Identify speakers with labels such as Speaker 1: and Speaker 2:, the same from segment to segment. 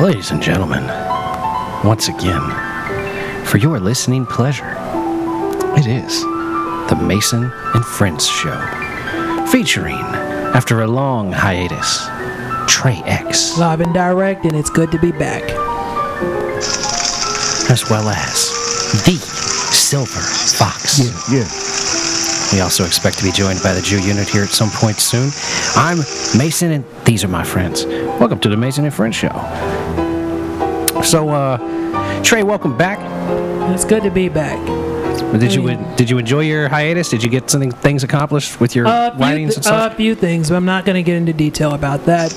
Speaker 1: Ladies and gentlemen, once again, for your listening pleasure, it is the Mason and Friends Show, featuring, after a long hiatus, Trey X,
Speaker 2: Live and direct, and it's good to be back.
Speaker 1: as well as the Silver Fox.
Speaker 3: Yeah.
Speaker 1: We also expect to be joined by the Jew unit here at some point soon. I'm Mason, and these are my friends. Welcome to the Mason and Friends Show. So, uh, Trey, welcome back.
Speaker 2: It's good to be back.
Speaker 1: Did you
Speaker 2: mean-
Speaker 1: did you enjoy your hiatus? Did you get something things accomplished with your
Speaker 2: Uh, A few,
Speaker 1: writings
Speaker 2: th-
Speaker 1: and stuff?
Speaker 2: a few things, but I'm not going to get into detail about that. uh,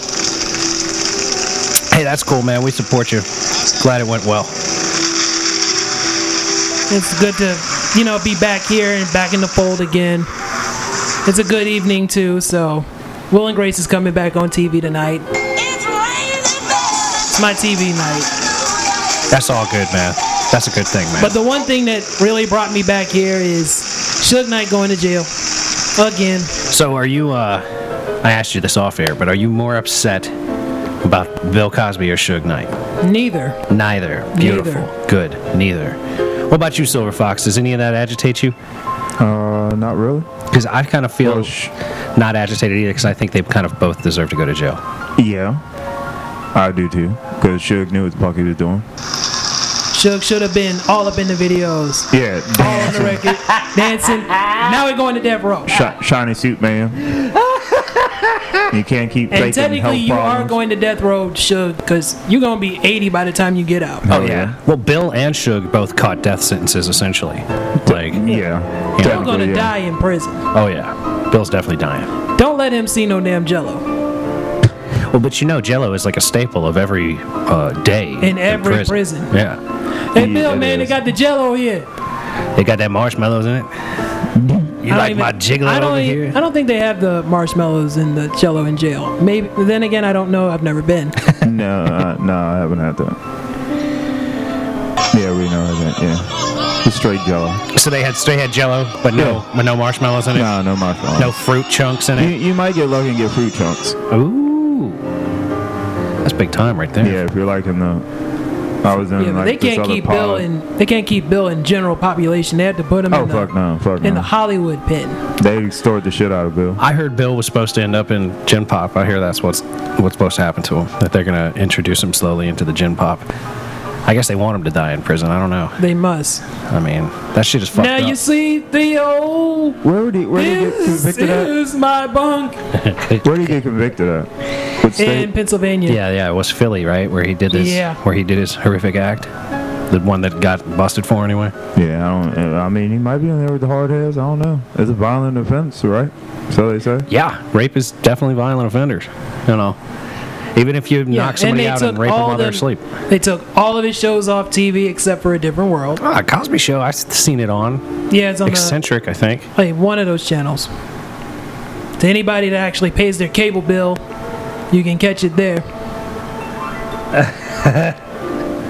Speaker 1: hey, that's cool, man. We support you. Glad it went well.
Speaker 2: It's good to, you know, be back here and back in the fold again. It's a good evening, too, so Will and Grace is coming back on TV tonight.
Speaker 4: It's raining men.
Speaker 2: It's my TV night.
Speaker 1: That's all good, man. That's a good thing, man.
Speaker 2: But the one thing that really brought me back here is Suge Knight going to jail. Again.
Speaker 1: so, are you? uh I asked you this off air, but are you more upset about Bill Cosby or Suge Knight?
Speaker 2: Neither.
Speaker 1: Neither. Beautiful. Good. Neither. What about you, Silver Fox? Does any of that agitate you?
Speaker 3: Uh, not really.
Speaker 1: Because I kind of feel
Speaker 3: Well, sh-
Speaker 1: not agitated either, because I think they kind of both deserve to go to jail.
Speaker 3: Yeah. I do too. Because Suge knew what the fuck he was doing.
Speaker 2: Suge should have been all up in the videos.
Speaker 3: Yeah.
Speaker 2: All on the
Speaker 3: Dancing.
Speaker 2: record. Dancing. Now we're going to Death Row.
Speaker 3: Shi- shiny suit, man. you can't keep
Speaker 2: And
Speaker 3: faking health
Speaker 2: technically, you are
Speaker 3: problems.
Speaker 2: going to death row, Suge, because you're going to be 80 by the time you get out.
Speaker 3: Oh, yeah.
Speaker 1: Well, Bill and Suge both caught death sentences, essentially. Like, You're
Speaker 3: Yeah.
Speaker 2: You're going to
Speaker 3: technically, yeah.
Speaker 2: die in prison.
Speaker 1: oh yeah, Bill's definitely dying.
Speaker 2: Don't let him see no damn jello.
Speaker 1: Well, but you know, Jello is like a staple of every uh, day in,
Speaker 2: every prison.
Speaker 1: Yeah,
Speaker 2: Hey,
Speaker 3: Yeah,
Speaker 2: Bill,
Speaker 3: it
Speaker 2: man, they
Speaker 3: is.
Speaker 2: got the jello here.
Speaker 1: they got that marshmallows in it. You
Speaker 2: I don't
Speaker 1: like
Speaker 2: even-
Speaker 1: my
Speaker 2: I
Speaker 1: jiggling
Speaker 2: don't
Speaker 1: over
Speaker 2: even-
Speaker 1: here?
Speaker 2: I don't think they have the marshmallows and the jello in jail. Maybe. Then again, I don't know. I've never been.
Speaker 3: No, uh, no, I haven't had that. Yeah, we know that. Yeah. It's straight jello.
Speaker 1: So they had they had Jello, but no,
Speaker 3: Yeah.
Speaker 1: but no marshmallows in it.
Speaker 3: No, no marshmallows.
Speaker 1: No fruit chunks in
Speaker 3: You,
Speaker 1: it.
Speaker 3: you might get lucky and get fruit chunks.
Speaker 1: Ooh, that's big time right there.
Speaker 3: Yeah, if you're liking the. I was in
Speaker 2: yeah, but
Speaker 3: like
Speaker 2: they
Speaker 3: this
Speaker 2: can't
Speaker 3: other
Speaker 2: keep Bill
Speaker 3: pod.
Speaker 2: in. They can't keep Bill in general population. They have to put him
Speaker 3: Oh
Speaker 2: in,
Speaker 3: fuck
Speaker 2: the,
Speaker 3: no, fuck
Speaker 2: in the
Speaker 3: no.
Speaker 2: Hollywood pen.
Speaker 3: They stored the shit out of Bill.
Speaker 1: I heard Bill was supposed to end up in Gen Pop. I hear that's what's what's supposed to happen to him. That they're gonna introduce him slowly into the Gen Pop. I guess they want him to die in prison. I don't know.
Speaker 2: They must.
Speaker 1: I mean, that shit is fucked
Speaker 2: now
Speaker 1: up.
Speaker 2: you see, Theo.
Speaker 3: Where would he? Where did he get
Speaker 2: This
Speaker 3: convicted at?
Speaker 2: is my bunk
Speaker 3: Where did he get convicted at? What
Speaker 2: in
Speaker 3: state?
Speaker 2: Pennsylvania.
Speaker 1: yeah, yeah, it was Philly, right, where he did this,
Speaker 2: Yeah.
Speaker 1: where he did his horrific act, the one that got busted for anyway.
Speaker 3: Yeah, I don't. I mean, he might be in there with the hard heads. I don't know. It's a violent offense, right? So they say.
Speaker 1: Yeah, rape is definitely violent offenders. You know, even if you
Speaker 2: Yeah,
Speaker 1: knock somebody
Speaker 2: they
Speaker 1: out
Speaker 2: took
Speaker 1: and rape them
Speaker 2: all
Speaker 1: while they're
Speaker 2: them-
Speaker 1: asleep.
Speaker 2: They took all of his shows off TV except for A Different World.
Speaker 1: Ah, Cosby Show, I've seen it on.
Speaker 2: Yeah, it's on
Speaker 1: Eccentric, I think.
Speaker 2: the, like one of those channels. To anybody that actually pays their cable bill, you can catch it there.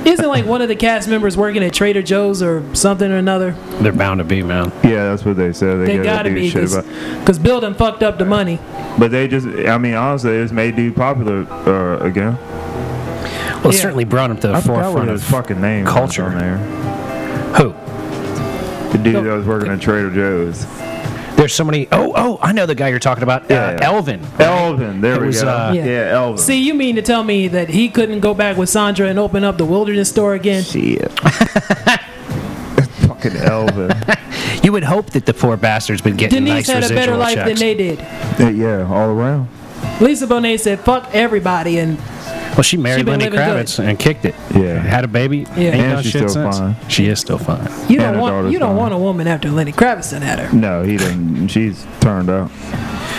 Speaker 2: Isn't like one of the cast members working at Trader Joe's or something or another?
Speaker 1: They're bound to be, man.
Speaker 3: Yeah, that's what they said. They,
Speaker 2: They gotta
Speaker 3: do
Speaker 2: be,
Speaker 3: shit about.
Speaker 2: because Bill done fucked up the money.
Speaker 3: But they just. I mean, honestly, they just made dude popular uh, again.
Speaker 1: Well, it
Speaker 2: Yeah.
Speaker 1: certainly brought him to the
Speaker 3: I forgot what
Speaker 1: forefront
Speaker 3: his
Speaker 1: of
Speaker 3: fucking name was
Speaker 1: culture.
Speaker 3: on there.
Speaker 1: who.
Speaker 3: The dude that was working at Trader Joe's.
Speaker 1: There's so many. Oh, oh, I know the guy you're talking about.
Speaker 3: Yeah,
Speaker 1: uh,
Speaker 3: yeah.
Speaker 1: Elvin.
Speaker 3: Elvin. There
Speaker 1: It
Speaker 3: we
Speaker 1: was,
Speaker 3: go.
Speaker 1: uh,
Speaker 2: Yeah.
Speaker 3: yeah. Elvin.
Speaker 2: See, you mean to tell me that he couldn't go back with Sandra and open up the Wilderness store again?
Speaker 3: Shit. fucking Elvin.
Speaker 1: You would hope that the poor bastard's been getting nice
Speaker 2: Denise had a
Speaker 1: residual
Speaker 2: better life
Speaker 1: checks.
Speaker 2: than they did.
Speaker 3: Yeah, yeah, all around.
Speaker 2: Lisa Bonet said, "Fuck everybody," and
Speaker 1: Well, she married
Speaker 2: She been
Speaker 1: Lenny
Speaker 2: living good.
Speaker 1: Kravitz and kicked it.
Speaker 3: Yeah.
Speaker 1: Had a baby. Ain't
Speaker 2: And
Speaker 1: done
Speaker 3: she's
Speaker 1: shit
Speaker 3: still
Speaker 1: since.
Speaker 3: fine.
Speaker 1: She is still fine.
Speaker 2: you
Speaker 3: And
Speaker 2: don't
Speaker 3: her
Speaker 2: want
Speaker 3: daughter's
Speaker 2: you don't
Speaker 3: fine.
Speaker 2: want a woman after Lenny Kravitz done had her.
Speaker 3: No, he didn't. She's turned out.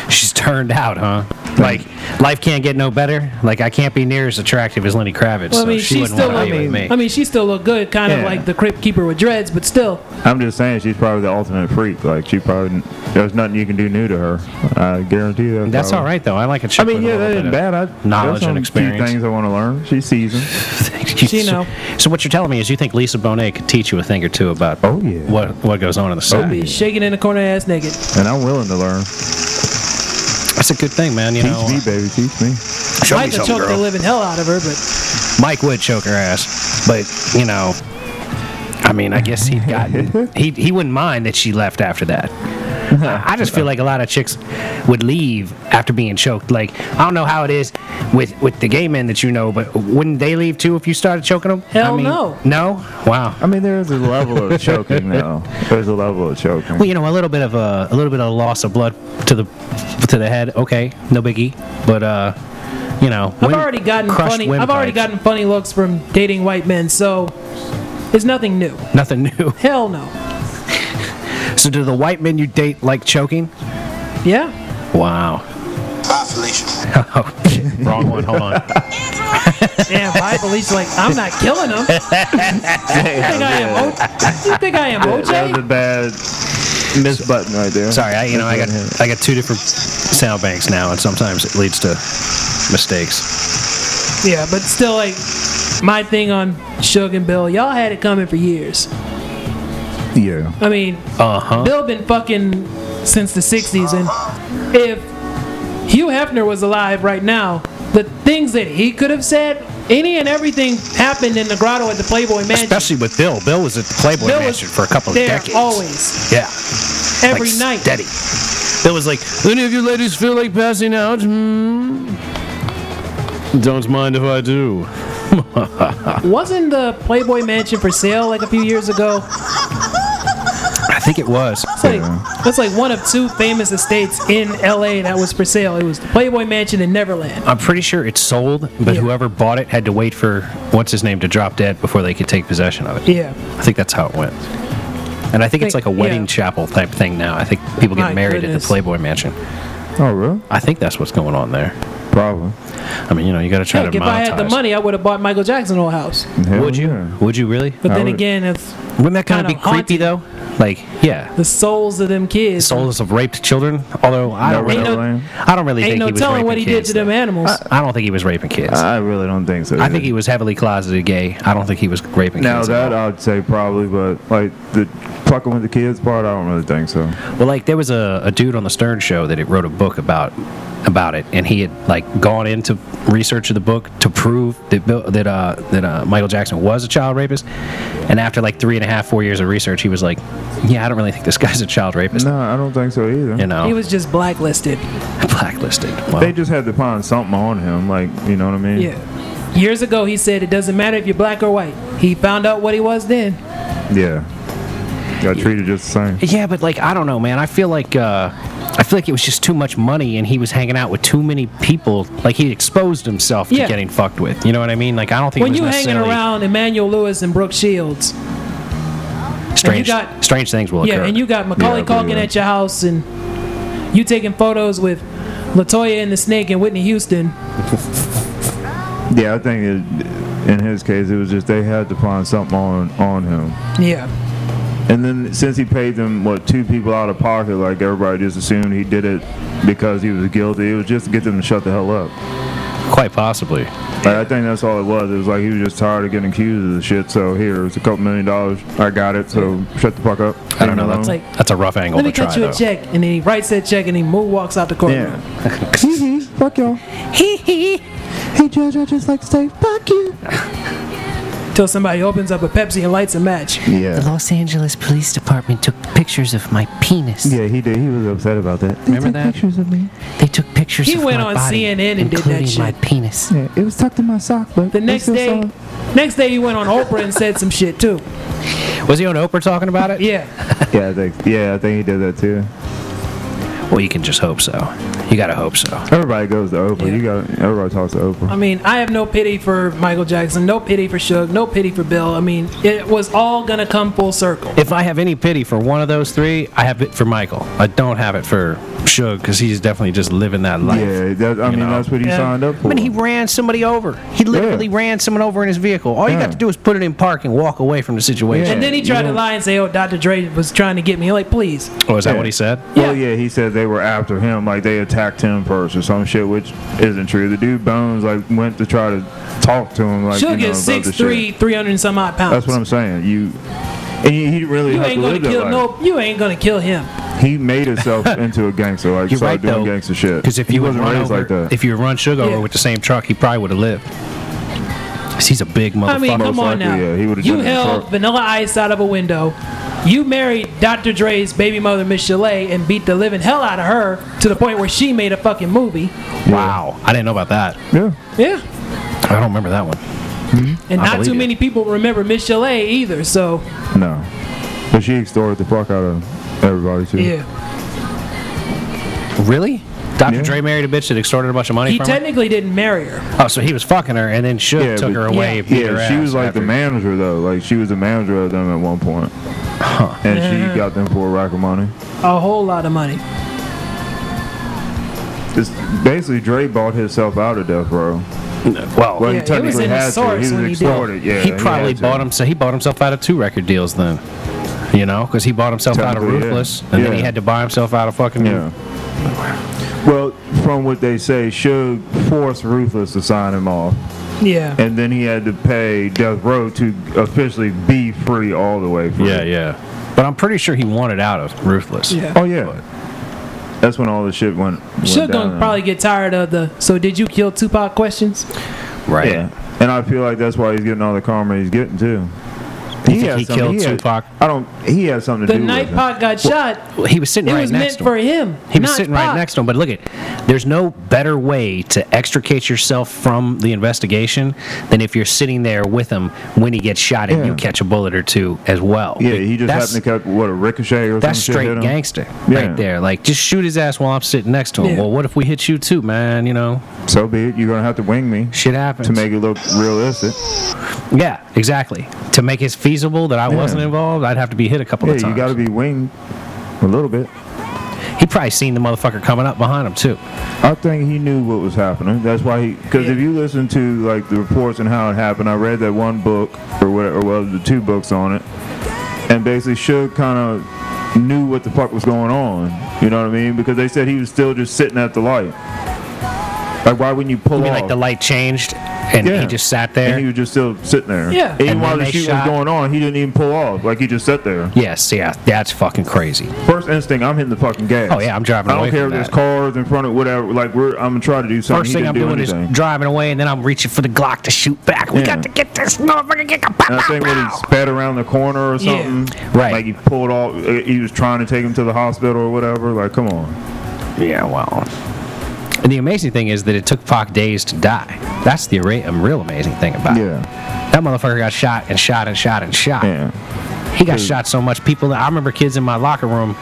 Speaker 1: She's turned out, huh? Like life can't get no better. Like I can't be near as attractive as Lenny Kravitz.
Speaker 2: Well, I mean,
Speaker 1: so she,
Speaker 2: she
Speaker 1: wouldn't
Speaker 2: still
Speaker 1: want
Speaker 2: I
Speaker 1: to be with
Speaker 2: mean,
Speaker 1: me.
Speaker 2: I mean, she still looked good, kind of
Speaker 3: Yeah.
Speaker 2: like the Crypt Keeper with dreads, but still,
Speaker 3: I'm just saying she's probably the ultimate freak. Like she probably there's nothing you can do new to her. I guarantee that.
Speaker 1: That's all
Speaker 3: probably.
Speaker 1: right though. I like a chick.
Speaker 3: Oh. I mean,
Speaker 1: with a
Speaker 3: yeah,
Speaker 1: little
Speaker 3: that
Speaker 1: bit
Speaker 3: isn't
Speaker 1: of
Speaker 3: bad. I,
Speaker 1: Knowledge
Speaker 3: there's some
Speaker 1: and
Speaker 3: Few
Speaker 1: experience.
Speaker 3: things I want to learn. She's seasoned.
Speaker 2: She know.
Speaker 1: So what you're telling me is you think Lisa Bonet could teach you a thing or two about
Speaker 3: Oh, yeah. Oh,
Speaker 1: what what goes on in the side.
Speaker 2: be shaking in the corner, ass naked.
Speaker 3: and I'm willing to learn.
Speaker 1: That's a good thing, man. You
Speaker 3: Teach
Speaker 1: know,
Speaker 3: me, baby, teach me.
Speaker 1: Show me
Speaker 2: Michael
Speaker 1: something,
Speaker 2: choked the
Speaker 1: girl.
Speaker 2: living hell out of her, but
Speaker 1: Mike would choke her ass, but you know, I mean, I guess he'd gotten he he wouldn't mind that she left after that.
Speaker 2: Uh-huh.
Speaker 1: I just feel like a lot of chicks would leave after being choked. Like I don't know how it is with with the gay men that you know, but wouldn't they leave too if you started choking them?
Speaker 2: Hell
Speaker 1: I mean,
Speaker 2: no.
Speaker 1: No. Wow.
Speaker 3: I mean, there is a level of choking, though. There's a level of choking.
Speaker 1: Well, you know, a little bit of a, a little bit of loss of blood to the to the head. Okay, no biggie. But uh, you know,
Speaker 2: I've
Speaker 1: wind-
Speaker 2: already gotten
Speaker 1: crushed
Speaker 2: funny. I've already
Speaker 1: windpipes.
Speaker 2: gotten funny looks from dating white men, so it's nothing new.
Speaker 1: nothing new.
Speaker 2: Hell no.
Speaker 1: So, do the white men you date like choking?
Speaker 2: Yeah.
Speaker 1: Wow.
Speaker 5: Bye, Felicia.
Speaker 1: Oh, wrong one. Hold on.
Speaker 4: It's raining
Speaker 2: And by police, like I'm not killing them. You think I am? O- you think I am
Speaker 3: That was a
Speaker 2: OJ?
Speaker 3: bad miss button right there.
Speaker 1: Sorry, I you know I got I got two different sound banks now, and sometimes it leads to mistakes.
Speaker 2: Yeah, but still, like my thing on Suge and Bill, y'all had it coming for years.
Speaker 3: Yeah.
Speaker 2: I mean,
Speaker 1: Uh huh.
Speaker 2: Bill been fucking since the 60s, and if Hugh Hefner was alive right now, the things that he could have said, any and everything happened in the grotto at the Playboy Mansion.
Speaker 1: Especially with Bill. Bill was at the Playboy
Speaker 2: Bill was
Speaker 1: Mansion for a couple of
Speaker 2: there
Speaker 1: decades.
Speaker 2: always,
Speaker 1: Yeah.
Speaker 2: every
Speaker 1: like
Speaker 2: night.
Speaker 1: Steady. Bill was like, any of you ladies feel like passing out? Hmm. Don't mind if I do.
Speaker 2: Wasn't the Playboy Mansion for sale like a few years ago?
Speaker 1: I think it was.
Speaker 2: It's like that's like one of two famous estates in LA that was for sale. It was the Playboy Mansion in Neverland.
Speaker 1: I'm pretty sure it sold, but
Speaker 2: Yeah.
Speaker 1: whoever bought it had to wait for what's his name to drop dead before they could take possession of it.
Speaker 2: Yeah.
Speaker 1: I think that's how it went. And I think it's like
Speaker 2: Think-
Speaker 1: a wedding
Speaker 2: yeah.
Speaker 1: chapel type thing now. I think people get
Speaker 2: My
Speaker 1: married at the
Speaker 2: goodness.
Speaker 1: Playboy Mansion.
Speaker 3: Oh, really?
Speaker 1: I think that's what's going on there.
Speaker 3: Problem.
Speaker 1: I mean, you know, you got to try
Speaker 2: Heck,
Speaker 1: to
Speaker 2: if
Speaker 1: monetize.
Speaker 2: I had the money, I would have bought Michael Jackson whole house.
Speaker 3: Hell
Speaker 1: would you?
Speaker 3: yeah.
Speaker 1: Would you really?
Speaker 2: But
Speaker 3: I
Speaker 2: then
Speaker 3: would-
Speaker 2: again, if
Speaker 1: Wouldn't that kind of
Speaker 2: kinda
Speaker 1: be creepy
Speaker 2: haunted.
Speaker 1: though? Like, yeah,
Speaker 2: the souls of them kids,
Speaker 1: souls of raped children. Although I don't
Speaker 3: Not
Speaker 1: really,
Speaker 2: Ain't no-
Speaker 3: really.
Speaker 1: I don't really
Speaker 2: ain't
Speaker 1: think
Speaker 2: no
Speaker 1: he was
Speaker 2: telling
Speaker 1: raping
Speaker 2: what he did
Speaker 1: kids, Uh,
Speaker 2: to them
Speaker 1: though.
Speaker 2: animals.
Speaker 1: I don't think he was raping kids.
Speaker 3: I really don't think so.
Speaker 1: I
Speaker 3: either.
Speaker 1: think he was heavily closeted gay. I don't think he was raping
Speaker 3: Now
Speaker 1: kids. at
Speaker 3: that
Speaker 1: all.
Speaker 3: I'd say probably, but like the fucking with the kids part, I don't really think so.
Speaker 1: Well, like there was a, a dude on the Stern show that it wrote a book about about it, and he had like gone into research of the book to prove that Bill, that uh, that uh, Michael Jackson was a child rapist. And after like three and a half, four years of research, he was like, "Yeah, I don't really think this guy's a child rapist."
Speaker 3: No, I don't think so either.
Speaker 1: You know,
Speaker 2: He was just blacklisted.
Speaker 1: blacklisted. Well,
Speaker 3: They just had to find something on him, like you know what I mean?
Speaker 2: Yeah. Years ago, he said it doesn't matter if you're black or white. He found out what he was then.
Speaker 3: Yeah. Got treated just the same.
Speaker 1: yeah, but like I don't know, man. I feel like uh, I feel like it was just too much money, and he was hanging out with too many people. Like he exposed himself
Speaker 2: Yeah.
Speaker 1: to getting fucked with. You know what I mean? Like I don't think
Speaker 2: When
Speaker 1: it was
Speaker 2: you hanging
Speaker 1: necessarily
Speaker 2: around Emmanuel Lewis and Brooke Shields,
Speaker 1: strange.
Speaker 2: got-
Speaker 1: strange things will
Speaker 2: yeah,
Speaker 1: occur.
Speaker 2: and you got Macaulay
Speaker 3: Yeah, but
Speaker 2: Culkin
Speaker 3: yeah.
Speaker 2: at your house, and you taking photos with Latoya and the Snake and Whitney Houston.
Speaker 3: Yeah, I think it, in his case, it was just they had to find something on on him.
Speaker 2: Yeah,
Speaker 3: And then since he paid them what two people out of pocket, like everybody just assumed he did it because he was guilty. It was just to get them to shut the hell up.
Speaker 1: Quite possibly.
Speaker 3: Like, I think that's all it was. It was like he was just tired of getting accused of the shit. So here, it's a couple million dollars. I got it. So shut the fuck up.
Speaker 1: I don't know.
Speaker 3: Leave me
Speaker 1: That's
Speaker 3: alone.
Speaker 1: like that's a rough angle
Speaker 2: let me
Speaker 1: to try
Speaker 2: cut you
Speaker 1: though.
Speaker 2: a check, and then he writes that check, and he move walks out the courtroom.
Speaker 3: yeah. fuck y'all. Hey Judge, I just like to say fuck you.
Speaker 2: Till somebody opens up a Pepsi and lights a match.
Speaker 3: Yeah.
Speaker 6: The Los Angeles Police Department took pictures of my penis.
Speaker 3: Yeah, he did. He was upset about that.
Speaker 1: Remember that?
Speaker 6: They took pictures
Speaker 2: He
Speaker 6: of
Speaker 2: went
Speaker 6: my
Speaker 2: on
Speaker 6: body,
Speaker 2: CNN and did that
Speaker 6: including my
Speaker 2: shit.
Speaker 6: penis.
Speaker 3: Yeah, it was tucked in my sock, but
Speaker 2: The next day, next day he went on Oprah and said some shit too.
Speaker 1: Was he on Oprah talking about it?
Speaker 2: Yeah,
Speaker 3: Yeah, I think. Yeah, I think he did that too.
Speaker 1: Well, you can just hope so. You gotta hope so.
Speaker 3: Everybody goes to Oprah. You got. Everybody talks to Oprah.
Speaker 2: I mean, I have no pity for Michael Jackson, no pity for Suge, no pity for Bill. I mean, it was all gonna come full circle.
Speaker 1: If I have any pity for one of those three, I have it for Michael. I don't have it for Suge because he's definitely just living that life.
Speaker 3: yeah, that, I mean
Speaker 1: know?
Speaker 3: that's what he
Speaker 2: Yeah.
Speaker 3: signed up for.
Speaker 1: I mean, he ran somebody over. He literally
Speaker 3: Yeah.
Speaker 1: ran someone over in his vehicle. All you
Speaker 3: Yeah.
Speaker 1: got to do is put it in park and walk away from the situation.
Speaker 2: And then he
Speaker 3: you
Speaker 2: tried to
Speaker 3: know-
Speaker 2: lie and say, "Oh, Dr. Dre was trying to get me." Like, please,
Speaker 1: Oh, is that
Speaker 3: Yeah.
Speaker 1: what he said?
Speaker 3: Well, yeah, he said they were after him, like they attacked him first or some shit, which isn't true. The dude Bones like went to try to talk to him, like you
Speaker 2: Suge
Speaker 3: know,
Speaker 2: is
Speaker 3: about the
Speaker 2: six
Speaker 3: shit.
Speaker 2: three, three hundred and some odd pounds.
Speaker 3: That's what I'm saying. You and he, he really
Speaker 2: you
Speaker 3: had
Speaker 2: ain't
Speaker 3: to
Speaker 2: gonna
Speaker 3: live that
Speaker 2: kill
Speaker 3: life.
Speaker 2: no. You ain't gonna kill him.
Speaker 3: He made himself into a gangster, like
Speaker 1: You're right
Speaker 3: started
Speaker 1: though,
Speaker 3: doing gangster shit.
Speaker 1: because if
Speaker 3: he
Speaker 1: you would
Speaker 3: wasn't
Speaker 1: run
Speaker 3: raised
Speaker 1: over,
Speaker 3: like that,
Speaker 1: if you would run Suge
Speaker 2: Yeah.
Speaker 1: over with the same truck, he probably would have lived. He's a big motherfucker.
Speaker 2: I mean, come
Speaker 3: Most
Speaker 2: on now.
Speaker 3: likely, yeah, he would've
Speaker 2: you
Speaker 3: done it
Speaker 2: held
Speaker 3: before.
Speaker 2: Vanilla Ice out of a window. You married Dr. Dre's baby mother, Miss Chalet, and beat the living hell out of her to the point where she made a fucking movie.
Speaker 1: wow. I didn't know about that.
Speaker 3: Yeah.
Speaker 2: Yeah.
Speaker 1: I don't remember that one.
Speaker 2: And
Speaker 1: I
Speaker 2: not
Speaker 1: believe
Speaker 2: too
Speaker 1: it.
Speaker 2: many people remember Miss Chalet either, so
Speaker 3: No. But she extorted the fuck out of everybody too.
Speaker 2: yeah.
Speaker 1: Really? Dr.
Speaker 3: Yeah.
Speaker 1: Dre married a bitch that extorted a bunch of money
Speaker 2: He
Speaker 1: from her?
Speaker 2: technically didn't marry her.
Speaker 1: Oh, so he was fucking her, and then Suge
Speaker 3: Yeah,
Speaker 1: took
Speaker 3: but-
Speaker 1: her away.
Speaker 2: Yeah.
Speaker 1: beat her
Speaker 3: Yeah, she
Speaker 1: ass
Speaker 3: was like
Speaker 1: after.
Speaker 3: the manager though. Like she was the manager of them at one point. And she got them for a rack of money.
Speaker 2: A whole lot of money.
Speaker 3: It's basically Dre bought himself out of death row.
Speaker 1: Well,
Speaker 2: Yeah,
Speaker 3: Well, he
Speaker 2: it was
Speaker 3: technically
Speaker 2: in the
Speaker 3: had to.
Speaker 2: source
Speaker 3: He
Speaker 2: when
Speaker 3: was
Speaker 2: he did.
Speaker 3: extorted. Yeah,
Speaker 1: he probably
Speaker 3: had to.
Speaker 1: bought him. So he bought himself out of two record deals then. You know, because he bought himself out of
Speaker 3: Technically, yeah.
Speaker 1: Ruthless, and then he
Speaker 3: Yeah.
Speaker 1: had to buy himself out of fucking.
Speaker 3: Yeah. Well, from what they say, Suge forced Ruthless to sign him off,
Speaker 2: Yeah.
Speaker 3: and then he had to pay Death Row to officially be free all the way. Free.
Speaker 1: yeah, yeah. But I'm pretty sure he wanted out of Ruthless.
Speaker 2: Yeah.
Speaker 3: Oh yeah. That's when all the shit went. went
Speaker 2: Suge
Speaker 3: down.
Speaker 2: gonna probably get tired of the so did you kill Tupac questions?
Speaker 1: Right.
Speaker 3: Yeah. And I feel like that's why he's getting all the karma he's getting too.
Speaker 1: think
Speaker 3: had
Speaker 1: he
Speaker 3: something-
Speaker 1: killed
Speaker 3: had-
Speaker 1: Tupac?
Speaker 3: I don't. He had something to
Speaker 2: The
Speaker 3: do
Speaker 2: night
Speaker 3: with it.
Speaker 2: Pac got shot,
Speaker 1: He was sitting
Speaker 2: it
Speaker 1: right
Speaker 2: was meant
Speaker 1: next
Speaker 2: for
Speaker 1: to him.
Speaker 2: him.
Speaker 1: He was
Speaker 2: not
Speaker 1: sitting
Speaker 2: Pac.
Speaker 1: right next to him. But look at, there's no better way to extricate yourself from the investigation than if you're sitting there with him when he gets shot and
Speaker 3: Yeah.
Speaker 1: you catch a bullet or two as well.
Speaker 3: Yeah, he just
Speaker 1: That's-
Speaker 3: happened to cut what a ricochet or
Speaker 1: That's
Speaker 3: some shit hit
Speaker 1: straight
Speaker 3: him.
Speaker 1: gangster
Speaker 3: Yeah.
Speaker 1: right there. Like, just shoot his ass while I'm sitting next to him.
Speaker 2: Yeah.
Speaker 1: Well, what if we hit you too, man? You know,
Speaker 3: So be it. You're gonna have to wing me
Speaker 1: shit happens.
Speaker 3: to make it look realistic.
Speaker 1: yeah, exactly. To make it feasible that I
Speaker 3: Yeah.
Speaker 1: wasn't involved, I'd have to be hit a couple
Speaker 3: Yeah,
Speaker 1: of times.
Speaker 3: you got to be winged a little bit.
Speaker 1: He probably seen the motherfucker coming up behind him too.
Speaker 3: I think he knew what was happening. That's why he. Because if you listen to like the reports and how it happened, I read that one book or whatever. Well, the two books on it, and basically Suge kind of knew what the fuck was going on. You know what I mean? Because they said he was still just sitting at the light. Like, why wouldn't you pull
Speaker 1: I mean,
Speaker 3: off?
Speaker 1: like the light changed and
Speaker 3: Yeah.
Speaker 1: he just sat there.
Speaker 3: And he was just still sitting there.
Speaker 2: Yeah.
Speaker 3: Even
Speaker 1: And
Speaker 3: while
Speaker 1: then
Speaker 3: the
Speaker 1: they
Speaker 3: shooting
Speaker 1: shot-
Speaker 3: was going on, he didn't even pull off. Like he just sat there.
Speaker 1: yes, yeah, that's fucking crazy.
Speaker 3: First instinct, I'm hitting the fucking gas.
Speaker 1: Oh, yeah, I'm driving
Speaker 3: I don't
Speaker 1: away
Speaker 3: care
Speaker 1: from
Speaker 3: if
Speaker 1: that.
Speaker 3: there's cars in front of whatever. Like we're, I'm gonna try to do something.
Speaker 1: First
Speaker 3: He
Speaker 1: thing
Speaker 3: didn't
Speaker 1: I'm
Speaker 3: do
Speaker 1: doing
Speaker 3: anything.
Speaker 1: is driving away, and then I'm reaching for the Glock to shoot back. We
Speaker 3: Yeah.
Speaker 1: got to get this motherfucker. Get the
Speaker 3: And I think when he sped around the corner or
Speaker 2: Yeah.
Speaker 3: something,
Speaker 1: Right.
Speaker 3: Like he pulled off. uh, He was trying to take him to the hospital or whatever. Like, come on.
Speaker 1: Yeah, well. And the amazing thing is that it took Pac days to die. That's the array, um, real amazing thing about it.
Speaker 3: Yeah,
Speaker 1: That motherfucker got shot and shot and shot and shot.
Speaker 3: yeah.
Speaker 1: He got shot so much. People, I remember kids in my locker room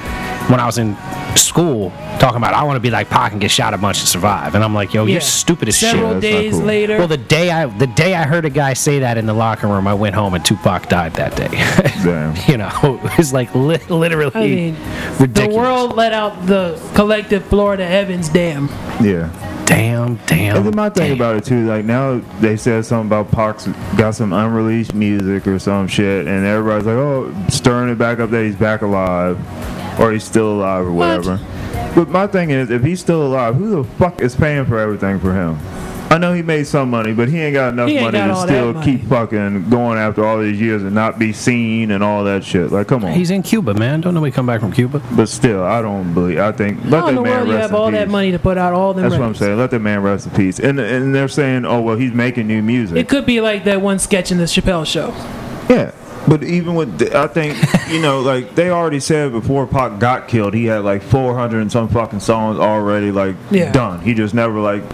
Speaker 1: when I was in school talking about, I want to be like Pac and get shot a bunch and survive. And I'm like, yo,
Speaker 2: Yeah.
Speaker 1: you're stupid as
Speaker 2: Several
Speaker 1: shit.
Speaker 3: that's not
Speaker 2: days
Speaker 3: cool.
Speaker 2: later.
Speaker 1: Well, the day I the day I heard a guy say that in the locker room, I went home and Tupac died that day.
Speaker 3: Damn.
Speaker 1: you know, it was like li- literally
Speaker 2: I mean,
Speaker 1: ridiculous.
Speaker 2: The world let out the collective Florida Evans dam.
Speaker 3: Yeah.
Speaker 1: damn, damn.
Speaker 3: And then my thing
Speaker 1: damn.
Speaker 3: about it too, like now they said something about Pox got some unreleased music or some shit, and everybody's like, oh, stirring it back up that he's back alive, or he's still alive or whatever. But my thing is, if he's still alive, who the fuck is paying for everything for him? I know he made some money, but he ain't got enough
Speaker 2: He ain't
Speaker 3: money
Speaker 2: got
Speaker 3: to
Speaker 2: all that
Speaker 3: still
Speaker 2: money.
Speaker 3: keep fucking going after all these years and not be seen and all that shit. Like, come on.
Speaker 1: He's in Cuba, man. Don't nobody come back from Cuba.
Speaker 3: but still, I don't believe. I think let
Speaker 2: How in
Speaker 3: that
Speaker 2: the
Speaker 3: man
Speaker 2: world you
Speaker 3: rest
Speaker 2: have
Speaker 3: in
Speaker 2: all that
Speaker 3: peace.
Speaker 2: money to put out all them
Speaker 3: That's what I'm
Speaker 2: records?
Speaker 3: saying. Let that man rest in peace. And and they're saying, oh well, he's making new music.
Speaker 2: It could be like that one sketch in the Chappelle show.
Speaker 3: Yeah, but even with the, I think you know, like they already said before Pac got killed, he had like 400 and some fucking songs already like
Speaker 2: Yeah.
Speaker 3: done. He just never like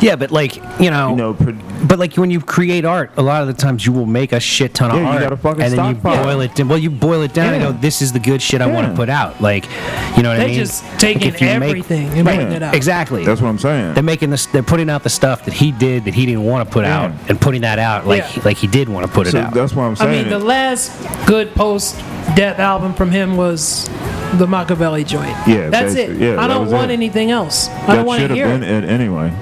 Speaker 1: Yeah, but like you know,
Speaker 3: you know. Pro-
Speaker 1: but like when you create art, a lot of the times you will make a shit ton of
Speaker 3: Yeah, you
Speaker 1: art,
Speaker 3: gotta fucking
Speaker 1: and then you
Speaker 3: stockpile.
Speaker 1: boil it. Down, well, you boil it down and
Speaker 3: Yeah.
Speaker 1: go, "This is the good shit I want
Speaker 3: Yeah.
Speaker 1: to put out." Like, you know what I
Speaker 2: They
Speaker 1: mean?
Speaker 2: just taking
Speaker 1: if you make-
Speaker 2: everything and putting it out.
Speaker 1: Exactly.
Speaker 3: that's what I'm saying.
Speaker 1: they're making this. They're putting out the stuff that he did that he didn't want to put
Speaker 3: Yeah.
Speaker 1: out, and putting that out like
Speaker 2: Yeah.
Speaker 1: like he did want to put
Speaker 3: so
Speaker 1: it out.
Speaker 3: that's what I'm
Speaker 2: I
Speaker 3: saying.
Speaker 2: mean, the last good post-death album from him was the Machiavelli joint.
Speaker 3: Yeah,
Speaker 2: that's it.
Speaker 3: basically. Yeah,
Speaker 2: I
Speaker 3: that
Speaker 2: don't
Speaker 3: was
Speaker 2: want
Speaker 3: it.
Speaker 2: anything else. I don't
Speaker 3: that
Speaker 2: want
Speaker 3: should
Speaker 2: to hear.
Speaker 3: have been
Speaker 2: it.
Speaker 3: it anyway.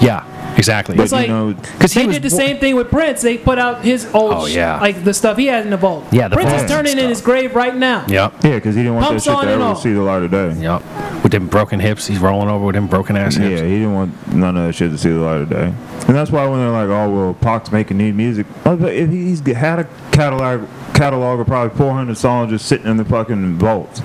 Speaker 1: yeah, exactly.
Speaker 3: But
Speaker 2: It's
Speaker 3: you
Speaker 2: like-
Speaker 3: know,
Speaker 1: Because
Speaker 2: They did the same thing with Prince. They put out his old,
Speaker 1: Oh,
Speaker 2: sh-
Speaker 1: yeah.
Speaker 2: like the stuff he had in the vault.
Speaker 1: Yeah, the
Speaker 2: Prince
Speaker 1: vault and
Speaker 2: is turning in
Speaker 1: stuff.
Speaker 2: his grave right now.
Speaker 1: Yep.
Speaker 3: yeah, because he didn't want
Speaker 2: Pumps
Speaker 3: that shit
Speaker 2: on
Speaker 3: to
Speaker 2: and
Speaker 3: ever
Speaker 2: off.
Speaker 3: see the light of day.
Speaker 1: Yep. With them broken hips, he's rolling over with them broken ass
Speaker 3: Yeah,
Speaker 1: hips.
Speaker 3: he didn't want none of that shit to see the light of day. And that's why when they're like, oh, well, Pac's making new music. oh, but If he's g- had a catalog, catalog of probably 400 songs just sitting in the fucking vault.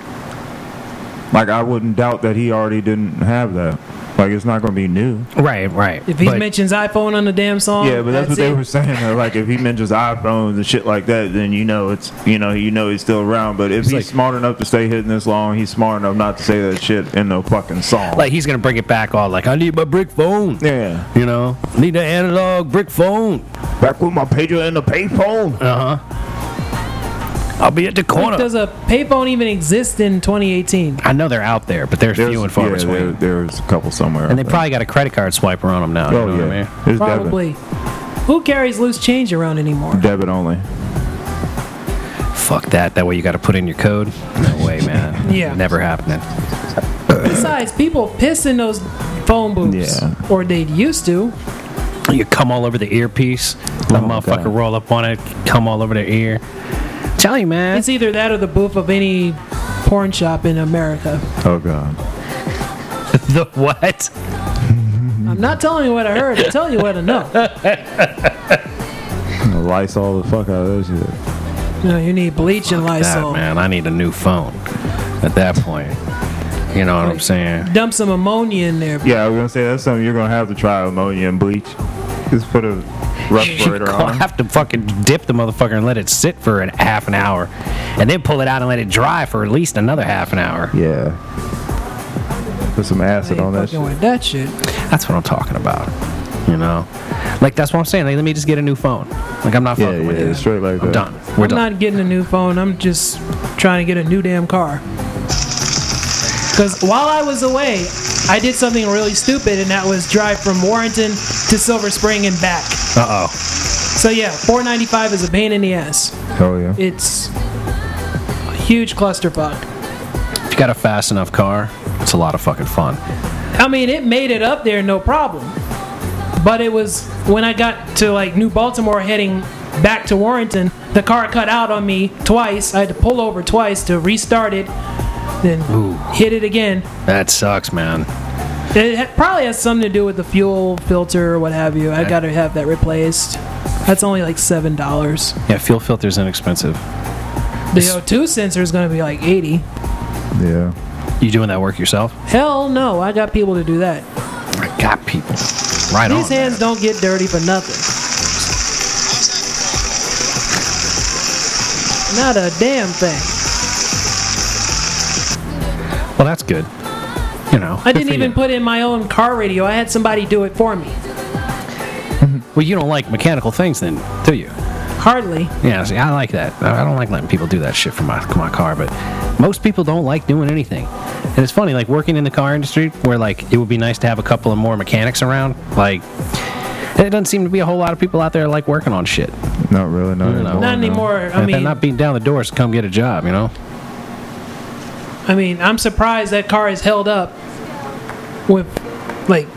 Speaker 3: Like, I wouldn't doubt that he already didn't have that. Like it's not going to be new.
Speaker 1: Right, right.
Speaker 2: If he
Speaker 1: but,
Speaker 2: mentions iPhone on the damn song,
Speaker 3: yeah, but that's, what
Speaker 2: it.
Speaker 3: they were saying. though. Like if he mentions iPhones and shit like that, then you know it's you know you know he's still around. But if he's
Speaker 1: like-
Speaker 3: smart enough to stay hidden this long, he's smart enough not to say that shit in the fucking song.
Speaker 1: like he's gonna bring it back all like I need my brick phone.
Speaker 3: yeah,
Speaker 1: You know, need an analog brick phone.
Speaker 3: back with my pager and the payphone.
Speaker 1: Uh huh. I'll be at the corner.
Speaker 2: Does a payphone even exist in 2018?
Speaker 1: I know they're out there, but they're few and far
Speaker 3: yeah,
Speaker 1: between.
Speaker 3: there- there's a couple somewhere.
Speaker 1: and
Speaker 3: I
Speaker 1: they
Speaker 3: think.
Speaker 1: probably got a credit card swiper on them now.
Speaker 3: Oh
Speaker 1: you know
Speaker 3: yeah,
Speaker 1: what I mean?
Speaker 3: There's debit-
Speaker 2: Probably. Who carries loose change around anymore?
Speaker 3: debit only.
Speaker 1: Fuck that. That way you got to put in your code. No way, man.
Speaker 2: Yeah.
Speaker 1: Never happening.
Speaker 2: Besides, people piss in those phone booths,
Speaker 3: Yeah.
Speaker 2: or they used to.
Speaker 1: You come all over the earpiece. That
Speaker 3: Oh,
Speaker 1: motherfucker
Speaker 3: God.
Speaker 1: roll up on it. Come all over their ear. Tell you, man.
Speaker 2: It's either that or the booth of any porn shop in America.
Speaker 3: Oh god.
Speaker 1: the what?
Speaker 2: I'm not telling you what I heard. I'm telling you what I know.
Speaker 3: Lice all the fuck out of those shit.
Speaker 2: You know, you need bleach and
Speaker 1: That,
Speaker 2: Lysol.
Speaker 1: man. I need a new phone. At that point, you know what I'm saying.
Speaker 2: Dump some ammonia in there.
Speaker 3: Yeah, I was gonna say that's something you're gonna have to try ammonia and bleach. Just put a
Speaker 1: You're
Speaker 3: respirator
Speaker 1: gonna
Speaker 3: on.
Speaker 1: have to fucking dip the motherfucker and let it sit for an half an hour, and then pull it out and let it dry for at least another half an hour.
Speaker 3: Yeah. Put some acid
Speaker 2: Ain't
Speaker 3: on that
Speaker 2: fucking
Speaker 3: shit.
Speaker 2: with that shit.
Speaker 1: That's what I'm talking about. You know, like that's what I'm saying. Like, let me just get a new phone. Like I'm not
Speaker 3: Yeah,
Speaker 1: fucking with
Speaker 3: yeah,
Speaker 1: you.
Speaker 3: straight like
Speaker 1: I'm
Speaker 3: that.
Speaker 1: done. We're
Speaker 2: I'm
Speaker 1: done.
Speaker 2: not getting a new phone. I'm just trying to get a new damn car. Because while I was away, I did something really stupid, and that was drive from Warrenton to Silver Spring and back.
Speaker 1: Uh oh.
Speaker 2: So yeah, 495 is a pain in the ass.
Speaker 3: Hell Oh, yeah.
Speaker 2: It's a huge clusterfuck.
Speaker 1: If you got a fast enough car, it's a lot of fucking fun.
Speaker 2: I mean, it made it up there no problem. But it was when I got to like New Baltimore heading back to Warrenton, the car cut out on me twice. I had to pull over twice to restart it, then hit it again.
Speaker 1: That sucks, man.
Speaker 2: It ha- probably has something to do with the fuel filter or what have you. I gotta have that replaced. That's only like seven dollars.
Speaker 1: Yeah, fuel filter's inexpensive.
Speaker 2: The O2 sensor is gonna be like eighty.
Speaker 3: Yeah.
Speaker 1: You doing that work yourself?
Speaker 2: Hell no, I got people to do that.
Speaker 1: I got people. Right
Speaker 2: These
Speaker 1: on. man.
Speaker 2: hands don't get dirty for nothing. Not a damn thing.
Speaker 1: Well, that's good. You know.
Speaker 2: I
Speaker 1: good
Speaker 2: didn't
Speaker 1: for
Speaker 2: even
Speaker 1: you.
Speaker 2: put in my own car radio. I had somebody do it for me.
Speaker 1: Well, you don't like mechanical things, then, do you?
Speaker 2: Hardly.
Speaker 1: Yeah, see, I like that. I I don't like letting people do that shit for my my car, but most people don't like doing anything. And it's funny, like working in the car industry, where like it would be nice to have a couple of more mechanics around. Like, it doesn't seem to be a whole lot of people out there like working on shit.
Speaker 3: Not really. Not anymore.
Speaker 2: Not
Speaker 3: no.
Speaker 2: anymore.
Speaker 1: And
Speaker 2: I
Speaker 1: if they're
Speaker 2: mean,
Speaker 1: not beating down the doors to come get a job, you know.
Speaker 2: I mean, I'm surprised that car is held up with like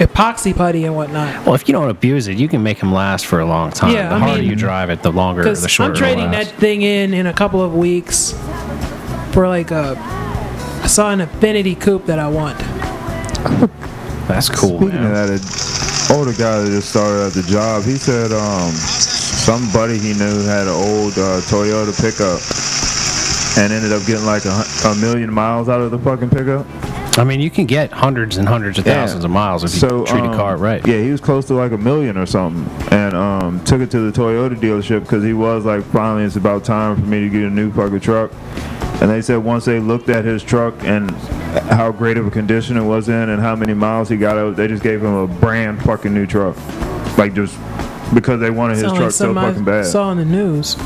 Speaker 2: epoxy putty and whatnot.
Speaker 1: Well, if you don't abuse it, you can make them last for a long time.
Speaker 2: Yeah,
Speaker 1: the
Speaker 2: I
Speaker 1: harder
Speaker 2: mean-
Speaker 1: you drive it, the longer, the
Speaker 2: Because
Speaker 1: shorter.
Speaker 2: I'm trading
Speaker 1: it'll
Speaker 2: that
Speaker 1: last.
Speaker 2: thing in in a couple of weeks for like a. I saw an affinity coupe that I want.
Speaker 1: That's cool,
Speaker 3: Speaking
Speaker 1: man.
Speaker 3: of that, an older oh, guy that just started at the job, he said um, somebody he knew had an old uh, Toyota pickup and ended up getting like a, hun- a million miles out of the fucking pickup.
Speaker 1: I mean, you can get hundreds and hundreds of
Speaker 3: Yeah.
Speaker 1: thousands of miles if you treat
Speaker 3: um,
Speaker 1: a car right.
Speaker 3: Yeah, he was close to like a million or something, and um, took it to the Toyota dealership because he was like, finally, it's about time for me to get a new fucking truck. And they said once they looked at his truck and how great of a condition it was in and how many miles he got out, they just gave him a brand fucking new truck, like just because they wanted his
Speaker 2: Sound
Speaker 3: truck
Speaker 2: like
Speaker 3: so
Speaker 2: something
Speaker 3: fucking
Speaker 2: I
Speaker 3: bad.
Speaker 2: saw in the news.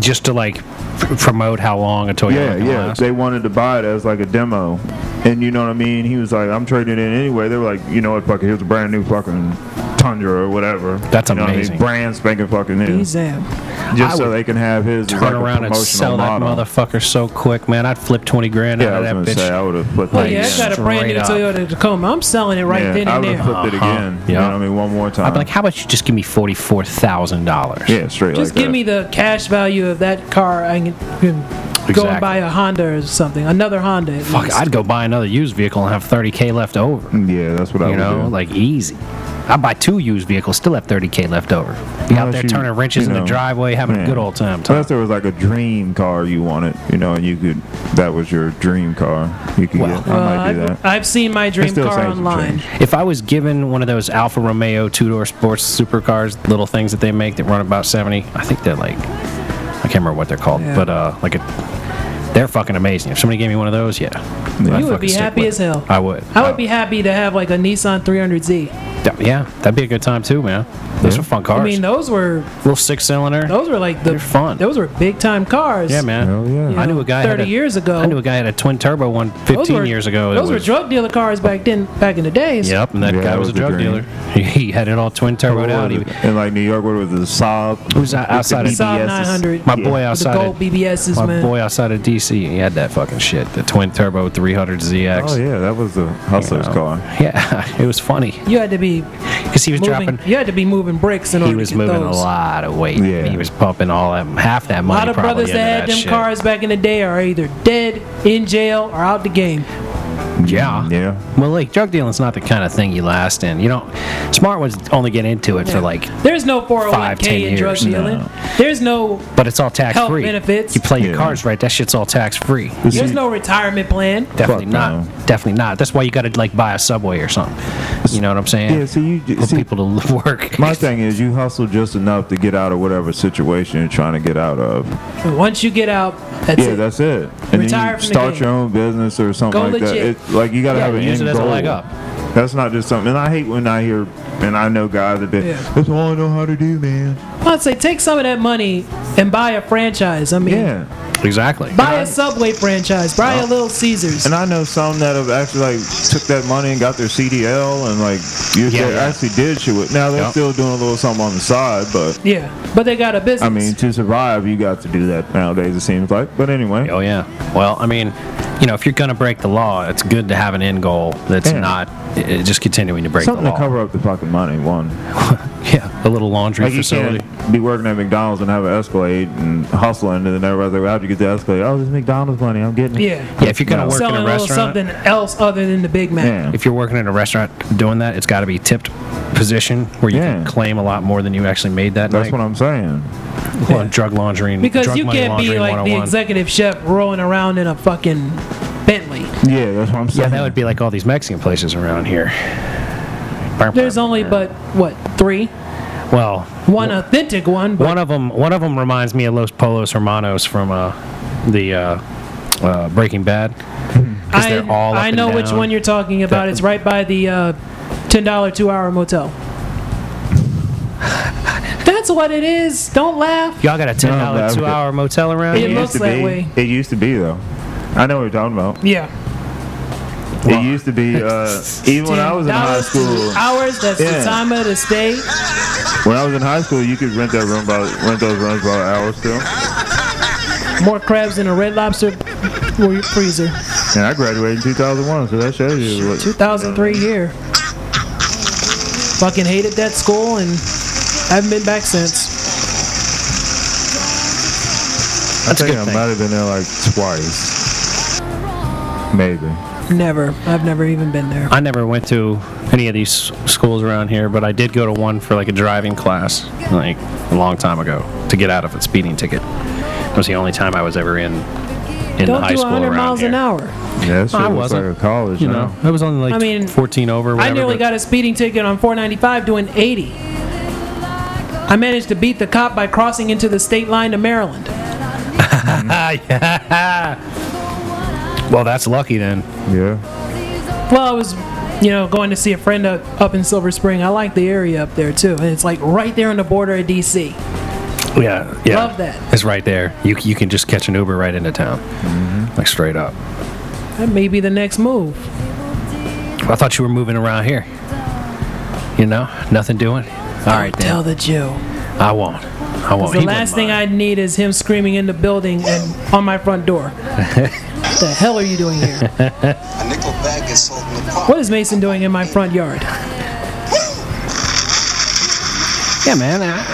Speaker 1: just to like pr- promote how long a Toyota
Speaker 3: Yeah,
Speaker 1: can
Speaker 3: yeah.
Speaker 1: last.
Speaker 3: They wanted to buy it as like a demo. And you know what I mean? He was like, I'm trading it in anyway. They were like, you know what, fuck it. Here's a brand new fucking Tundra or whatever.
Speaker 1: That's
Speaker 3: you know what I mean?
Speaker 1: amazing.
Speaker 3: Brand spanking fucking new.
Speaker 2: He's damn.
Speaker 3: just
Speaker 1: I
Speaker 3: so
Speaker 1: would
Speaker 3: they can have his as,
Speaker 1: Turn
Speaker 3: like, a
Speaker 1: around and
Speaker 3: promotional
Speaker 1: sell that
Speaker 3: model.
Speaker 1: motherfucker so quick, man. I'd flip twenty grand
Speaker 3: Yeah, I
Speaker 1: out
Speaker 3: was
Speaker 1: of
Speaker 3: gonna
Speaker 1: that bitch.
Speaker 3: say I would have flipped
Speaker 2: Oh
Speaker 3: that.
Speaker 2: yeah, I got a
Speaker 1: Straight
Speaker 2: brand new
Speaker 1: up.
Speaker 2: Toyota Tacoma. I'm selling it right
Speaker 3: yeah,
Speaker 2: then
Speaker 3: I
Speaker 2: and
Speaker 3: would have
Speaker 2: there.
Speaker 3: flipped it
Speaker 1: Uh-huh.
Speaker 3: again. You
Speaker 1: Yeah.
Speaker 3: know what I mean? One more time.
Speaker 1: I'd be like, how about you just give me forty four thousand dollars?
Speaker 3: uh-huh. yeah, straight
Speaker 2: Just
Speaker 3: like
Speaker 2: give
Speaker 3: that.
Speaker 2: me the cash value of that car. I can, can go
Speaker 1: Exactly.
Speaker 2: and buy a Honda or something, another Honda. at
Speaker 1: Fuck,
Speaker 2: least. Uh,
Speaker 1: I'd go buy another used vehicle and have thirty k left over.
Speaker 3: Yeah, that's what I
Speaker 1: You
Speaker 3: would
Speaker 1: know,
Speaker 3: do.
Speaker 1: like easy. I buy two used vehicles, still have 30K left over. Be out
Speaker 3: Unless
Speaker 1: there
Speaker 3: you-
Speaker 1: turning wrenches
Speaker 3: you
Speaker 1: in
Speaker 3: know,
Speaker 1: the driveway, having
Speaker 3: yeah.
Speaker 1: a good old time. Tom.
Speaker 3: Unless there was like a dream car you wanted, you know, and you could that was your dream car. You could
Speaker 1: Well,
Speaker 3: get, I might do
Speaker 2: I've,
Speaker 3: that.
Speaker 2: I've seen my
Speaker 3: It
Speaker 2: uh, dream
Speaker 3: still
Speaker 2: car
Speaker 3: saves some
Speaker 2: online.
Speaker 3: change.
Speaker 1: If I was given one of those Alfa Romeo two door sports supercars, little things that they make that run about 70, I think they're like, I can't remember what they're called, but uh, like a, they're fucking amazing. If somebody gave me one of those, yeah. I'd
Speaker 2: You would
Speaker 1: fucking
Speaker 2: be
Speaker 1: stick
Speaker 2: happy
Speaker 1: with
Speaker 2: as
Speaker 1: it.
Speaker 2: hell.
Speaker 1: I would.
Speaker 2: I would be happy to have like a Nissan 300Z.
Speaker 1: Yeah, Yeah, that'd be a good time too, man. Those are fun cars.
Speaker 2: I mean, those were
Speaker 1: little six cylinder.
Speaker 2: those were like the
Speaker 1: They're fun.
Speaker 2: Those were big time cars.
Speaker 1: yeah, man.
Speaker 3: Hell yeah.
Speaker 1: I knew a guy. had
Speaker 2: 30
Speaker 1: a-
Speaker 2: years ago.
Speaker 1: I knew a guy had a twin turbo one 15
Speaker 2: Those were-
Speaker 1: years ago. that
Speaker 2: Those were
Speaker 1: was-
Speaker 2: drug dealer cars back then, back in the days.
Speaker 1: Yep, and that
Speaker 3: Yeah,
Speaker 1: guy
Speaker 3: that
Speaker 1: was,
Speaker 3: was
Speaker 1: a
Speaker 3: the
Speaker 1: drug
Speaker 3: dream.
Speaker 1: dealer. He, had it all twin
Speaker 3: What
Speaker 1: turboed out.
Speaker 3: was
Speaker 1: He,
Speaker 3: it? in like New York, what was it, the Saab?
Speaker 1: It was out- outside of-
Speaker 2: Saab 900.
Speaker 1: my boy
Speaker 3: Yeah.
Speaker 2: With the
Speaker 1: outside.
Speaker 2: gold
Speaker 1: of-
Speaker 2: BBSs,
Speaker 1: My
Speaker 2: man.
Speaker 1: boy outside of DC, he had that fucking shit, the twin turbo 300ZX.
Speaker 3: Oh yeah, that was the hustler's car.
Speaker 1: Yeah, it was funny
Speaker 2: You had to be
Speaker 1: because he was
Speaker 2: moving.
Speaker 1: dropping.
Speaker 2: You had to be moving bricks in order
Speaker 1: He was
Speaker 2: to get
Speaker 1: moving
Speaker 2: those.
Speaker 1: a lot of weight.
Speaker 3: Yeah.
Speaker 1: He was pumping all that, half that
Speaker 2: A
Speaker 1: money.
Speaker 2: lot of
Speaker 1: probably
Speaker 2: brothers that
Speaker 1: into
Speaker 2: had them
Speaker 1: shit.
Speaker 2: cars back in the day are either dead, in jail, or out the game.
Speaker 1: Yeah.
Speaker 3: Yeah.
Speaker 1: Well, like drug dealing's not the kind of thing you last in. You don't. Smart ones only get into it for like,
Speaker 2: There's no 401k
Speaker 1: Five, ten
Speaker 2: in drug
Speaker 1: years, no.
Speaker 2: dealing. There's no
Speaker 1: but it's all tax
Speaker 2: Health
Speaker 1: free.
Speaker 2: benefits.
Speaker 1: You play your
Speaker 3: Yeah.
Speaker 1: cards right. That shit's all tax free.
Speaker 2: there's no retirement plan.
Speaker 1: Definitely
Speaker 3: Fuck
Speaker 1: not.
Speaker 3: no.
Speaker 1: Definitely not. That's why you got to like buy a subway or something. You know what I'm saying?
Speaker 3: Yeah, so you j-
Speaker 1: for
Speaker 3: see-
Speaker 1: people to work.
Speaker 3: My thing is, you hustle just enough to get out of whatever situation you're trying to get out of.
Speaker 2: And once you get out, that's
Speaker 3: yeah,
Speaker 2: it.
Speaker 3: that's it. And
Speaker 2: Retire from
Speaker 3: then you
Speaker 2: the
Speaker 3: start
Speaker 2: game.
Speaker 3: your own business or something
Speaker 2: Go
Speaker 3: like
Speaker 2: legit.
Speaker 3: that. It, like you gotta
Speaker 1: Yeah,
Speaker 3: have an
Speaker 1: use
Speaker 3: end
Speaker 1: it as a
Speaker 3: goal.
Speaker 1: leg up.
Speaker 3: That's not just something. And I hate when I hear, and I know guys have been.
Speaker 2: Yeah.
Speaker 3: That's all I know how to do, man.
Speaker 2: I'd say take some of that money and buy a franchise. I mean,
Speaker 3: Yeah.
Speaker 1: Exactly.
Speaker 2: buy a Subway franchise, buy a Little Caesars.
Speaker 3: And I know some that have actually like took that money and got their CDL and like you
Speaker 1: Yeah,
Speaker 3: they
Speaker 1: yeah.
Speaker 3: actually did shit with. Now they're
Speaker 1: Yep.
Speaker 3: still doing a little something on the side, but
Speaker 2: yeah, but they got a business.
Speaker 3: I mean to survive you got to do that nowadays. It seems like. But anyway.
Speaker 1: Oh yeah. Well, I mean, you know, if you're gonna break the law, it's good to have an end goal that's
Speaker 3: Yeah.
Speaker 1: not uh, just continuing to break
Speaker 3: Something
Speaker 1: the
Speaker 3: to
Speaker 1: law.
Speaker 3: cover up the fucking money. One,
Speaker 1: yeah, a little laundry
Speaker 3: like you
Speaker 1: facility.
Speaker 3: can't be working at McDonald's and have an Escalade and hustling, and then everybody's like, well, "How'd you get the Escalade?" Oh, this is McDonald's money. I'm getting it.
Speaker 2: yeah,
Speaker 1: Yeah, if you're gonna
Speaker 3: No.
Speaker 1: work
Speaker 2: selling
Speaker 1: in
Speaker 2: a
Speaker 1: a
Speaker 2: little
Speaker 1: restaurant,
Speaker 2: something else other than the Big Mac.
Speaker 3: Yeah.
Speaker 1: if you're working in a restaurant doing that, it's got to be tipped position where you
Speaker 3: Yeah.
Speaker 1: can claim a lot more than you actually made that
Speaker 3: That's
Speaker 1: night.
Speaker 3: what I'm saying.
Speaker 1: I'm drug laundering.
Speaker 2: Because
Speaker 1: drug
Speaker 2: you
Speaker 1: money
Speaker 2: can't be
Speaker 1: laundering
Speaker 2: like the
Speaker 1: 101.
Speaker 2: executive chef rolling around in a fucking Bentley.
Speaker 3: Yeah, that's what I'm
Speaker 1: Yeah,
Speaker 3: saying.
Speaker 1: that would be like all these Mexican places around here. Burp,
Speaker 2: There's
Speaker 1: burp.
Speaker 2: only but what three?
Speaker 1: well,
Speaker 2: One authentic one, but
Speaker 1: One of them, one of them reminds me of Los Polos Hermanos from uh, the uh, uh, Breaking Bad. 'Cause
Speaker 2: I,
Speaker 1: they're all up
Speaker 2: I
Speaker 1: and
Speaker 2: know which
Speaker 1: down.
Speaker 2: one you're talking about.
Speaker 1: That-
Speaker 2: it's right by the uh, ten dollar two hour motel. That's what it is. Don't laugh.
Speaker 1: Y'all got a ten
Speaker 3: No,
Speaker 1: dollar
Speaker 3: but-
Speaker 1: two hour motel around?
Speaker 2: It
Speaker 1: here?
Speaker 2: looks that
Speaker 3: be.
Speaker 2: way.
Speaker 3: It used to be though. I know what you're talking about.
Speaker 2: Yeah.
Speaker 3: It used to be. Uh, even when I was in high
Speaker 2: $10
Speaker 3: school,
Speaker 2: Hours. That's the
Speaker 3: Yeah.
Speaker 2: time of the stay.
Speaker 3: when I was in high school, you could rent that room by rent those rooms by an hour still.
Speaker 2: More crabs in a Red Lobster fr- freezer.
Speaker 3: And I graduated in 2001, so that shows you. What,
Speaker 2: 2003 year. Fucking hated that school and haven't been back since.
Speaker 3: I
Speaker 1: That's a
Speaker 3: think
Speaker 1: good
Speaker 3: I
Speaker 1: thing.
Speaker 3: might have been there like twice, maybe.
Speaker 2: Never. I've never even been there.
Speaker 1: I never went to any of these schools around here, but I did go to one for like a driving class, like a long time ago, to get out of a speeding ticket. It was the only time I was ever in in the
Speaker 2: Don't
Speaker 1: high
Speaker 2: do
Speaker 1: school
Speaker 2: 100
Speaker 1: around
Speaker 2: miles
Speaker 1: here.
Speaker 2: an hour.
Speaker 3: Yeah, that shit
Speaker 1: I
Speaker 3: looks
Speaker 1: wasn't.
Speaker 3: like a college.
Speaker 1: You
Speaker 3: now.
Speaker 1: know, I was only like
Speaker 2: I mean,
Speaker 1: 14 over.
Speaker 2: I
Speaker 1: Whatever,
Speaker 2: nearly
Speaker 1: but-
Speaker 2: got a speeding ticket on 495 doing 80. I managed to beat the cop by crossing into the state line to Maryland.
Speaker 1: well, that's lucky then.
Speaker 3: Yeah.
Speaker 2: Well, I was, you know, going to see a friend up, up in Silver Spring. I like the area up there too, and it's like right there on the border of DC.
Speaker 1: Yeah, yeah.
Speaker 2: Love that.
Speaker 1: It's right there. You you can just catch an Uber right into town, like straight up.
Speaker 2: That may be the next move.
Speaker 1: I thought you were moving around here. You know, nothing doing. All right,
Speaker 2: Tell
Speaker 1: then.
Speaker 2: the Jew.
Speaker 1: I won't. I won't.
Speaker 2: The
Speaker 1: He
Speaker 2: last thing
Speaker 1: wouldn't
Speaker 2: I
Speaker 1: mind.
Speaker 2: need is him screaming in the building and on my front door. what the hell are you doing here?
Speaker 5: A nickel bag is sold in the park.
Speaker 2: What is Mason doing in my front yard?
Speaker 1: Yeah, man. I-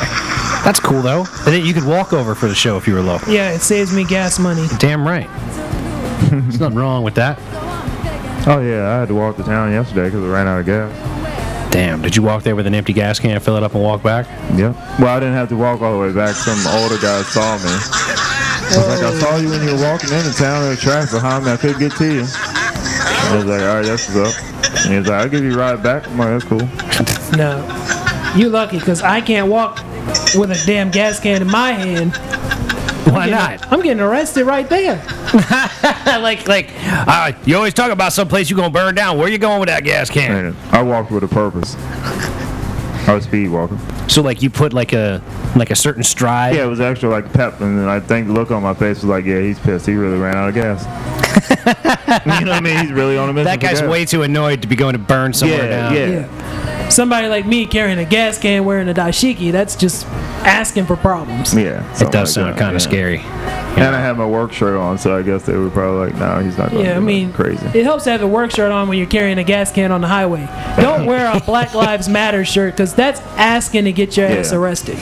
Speaker 1: that's cool though. And then you could walk over for the show if you were local.
Speaker 2: Yeah, it saves me gas money.
Speaker 1: Damn right. There's nothing wrong with that.
Speaker 3: Oh yeah, I had to walk to town yesterday because I ran out of gas.
Speaker 1: Damn, did you walk there with an empty gas can, fill it up, and walk back?
Speaker 3: Yeah. Well, I didn't have to walk all the way back. Some older guy saw me. I was like, I saw you when you were walking into town. There was traffic behind me. I couldn't get to you. I was like, all right, that's what's up. And he was like, I'll give you a ride back. I'm like, that's cool.
Speaker 2: No. You lucky, because I can't walk with a damn gas can in my hand.
Speaker 1: Why
Speaker 2: I'm getting- I'm getting arrested right there.
Speaker 1: like, like, uh, you always talk about some place you gonna burn down. Where you going with that gas can?
Speaker 3: And I walked with a purpose. I was speed walking.
Speaker 1: So, like, you put like a like a certain stride.
Speaker 3: Yeah, it was actually like pep, and then I think the look on my face was like, yeah, he's pissed. He really ran out of gas. you know what I mean? He's really on a mission.
Speaker 1: That
Speaker 3: for
Speaker 1: guy's
Speaker 3: gas.
Speaker 1: way too annoyed to be going to burn somewhere
Speaker 3: Yeah,
Speaker 1: down.
Speaker 3: yeah,
Speaker 2: Somebody like me carrying a gas can wearing a dashiki, that's just asking for problems.
Speaker 3: yeah.
Speaker 1: It does sound kind of scary.
Speaker 3: And I had my work shirt on, so I guess they were probably like, no, he's not going to
Speaker 2: Yeah, I mean,
Speaker 3: crazy.
Speaker 2: it helps to have a work shirt on when you're carrying a gas can on the highway. Don't wear a Black Lives Matter shirt because that's asking to get your
Speaker 3: Yeah.
Speaker 2: ass arrested.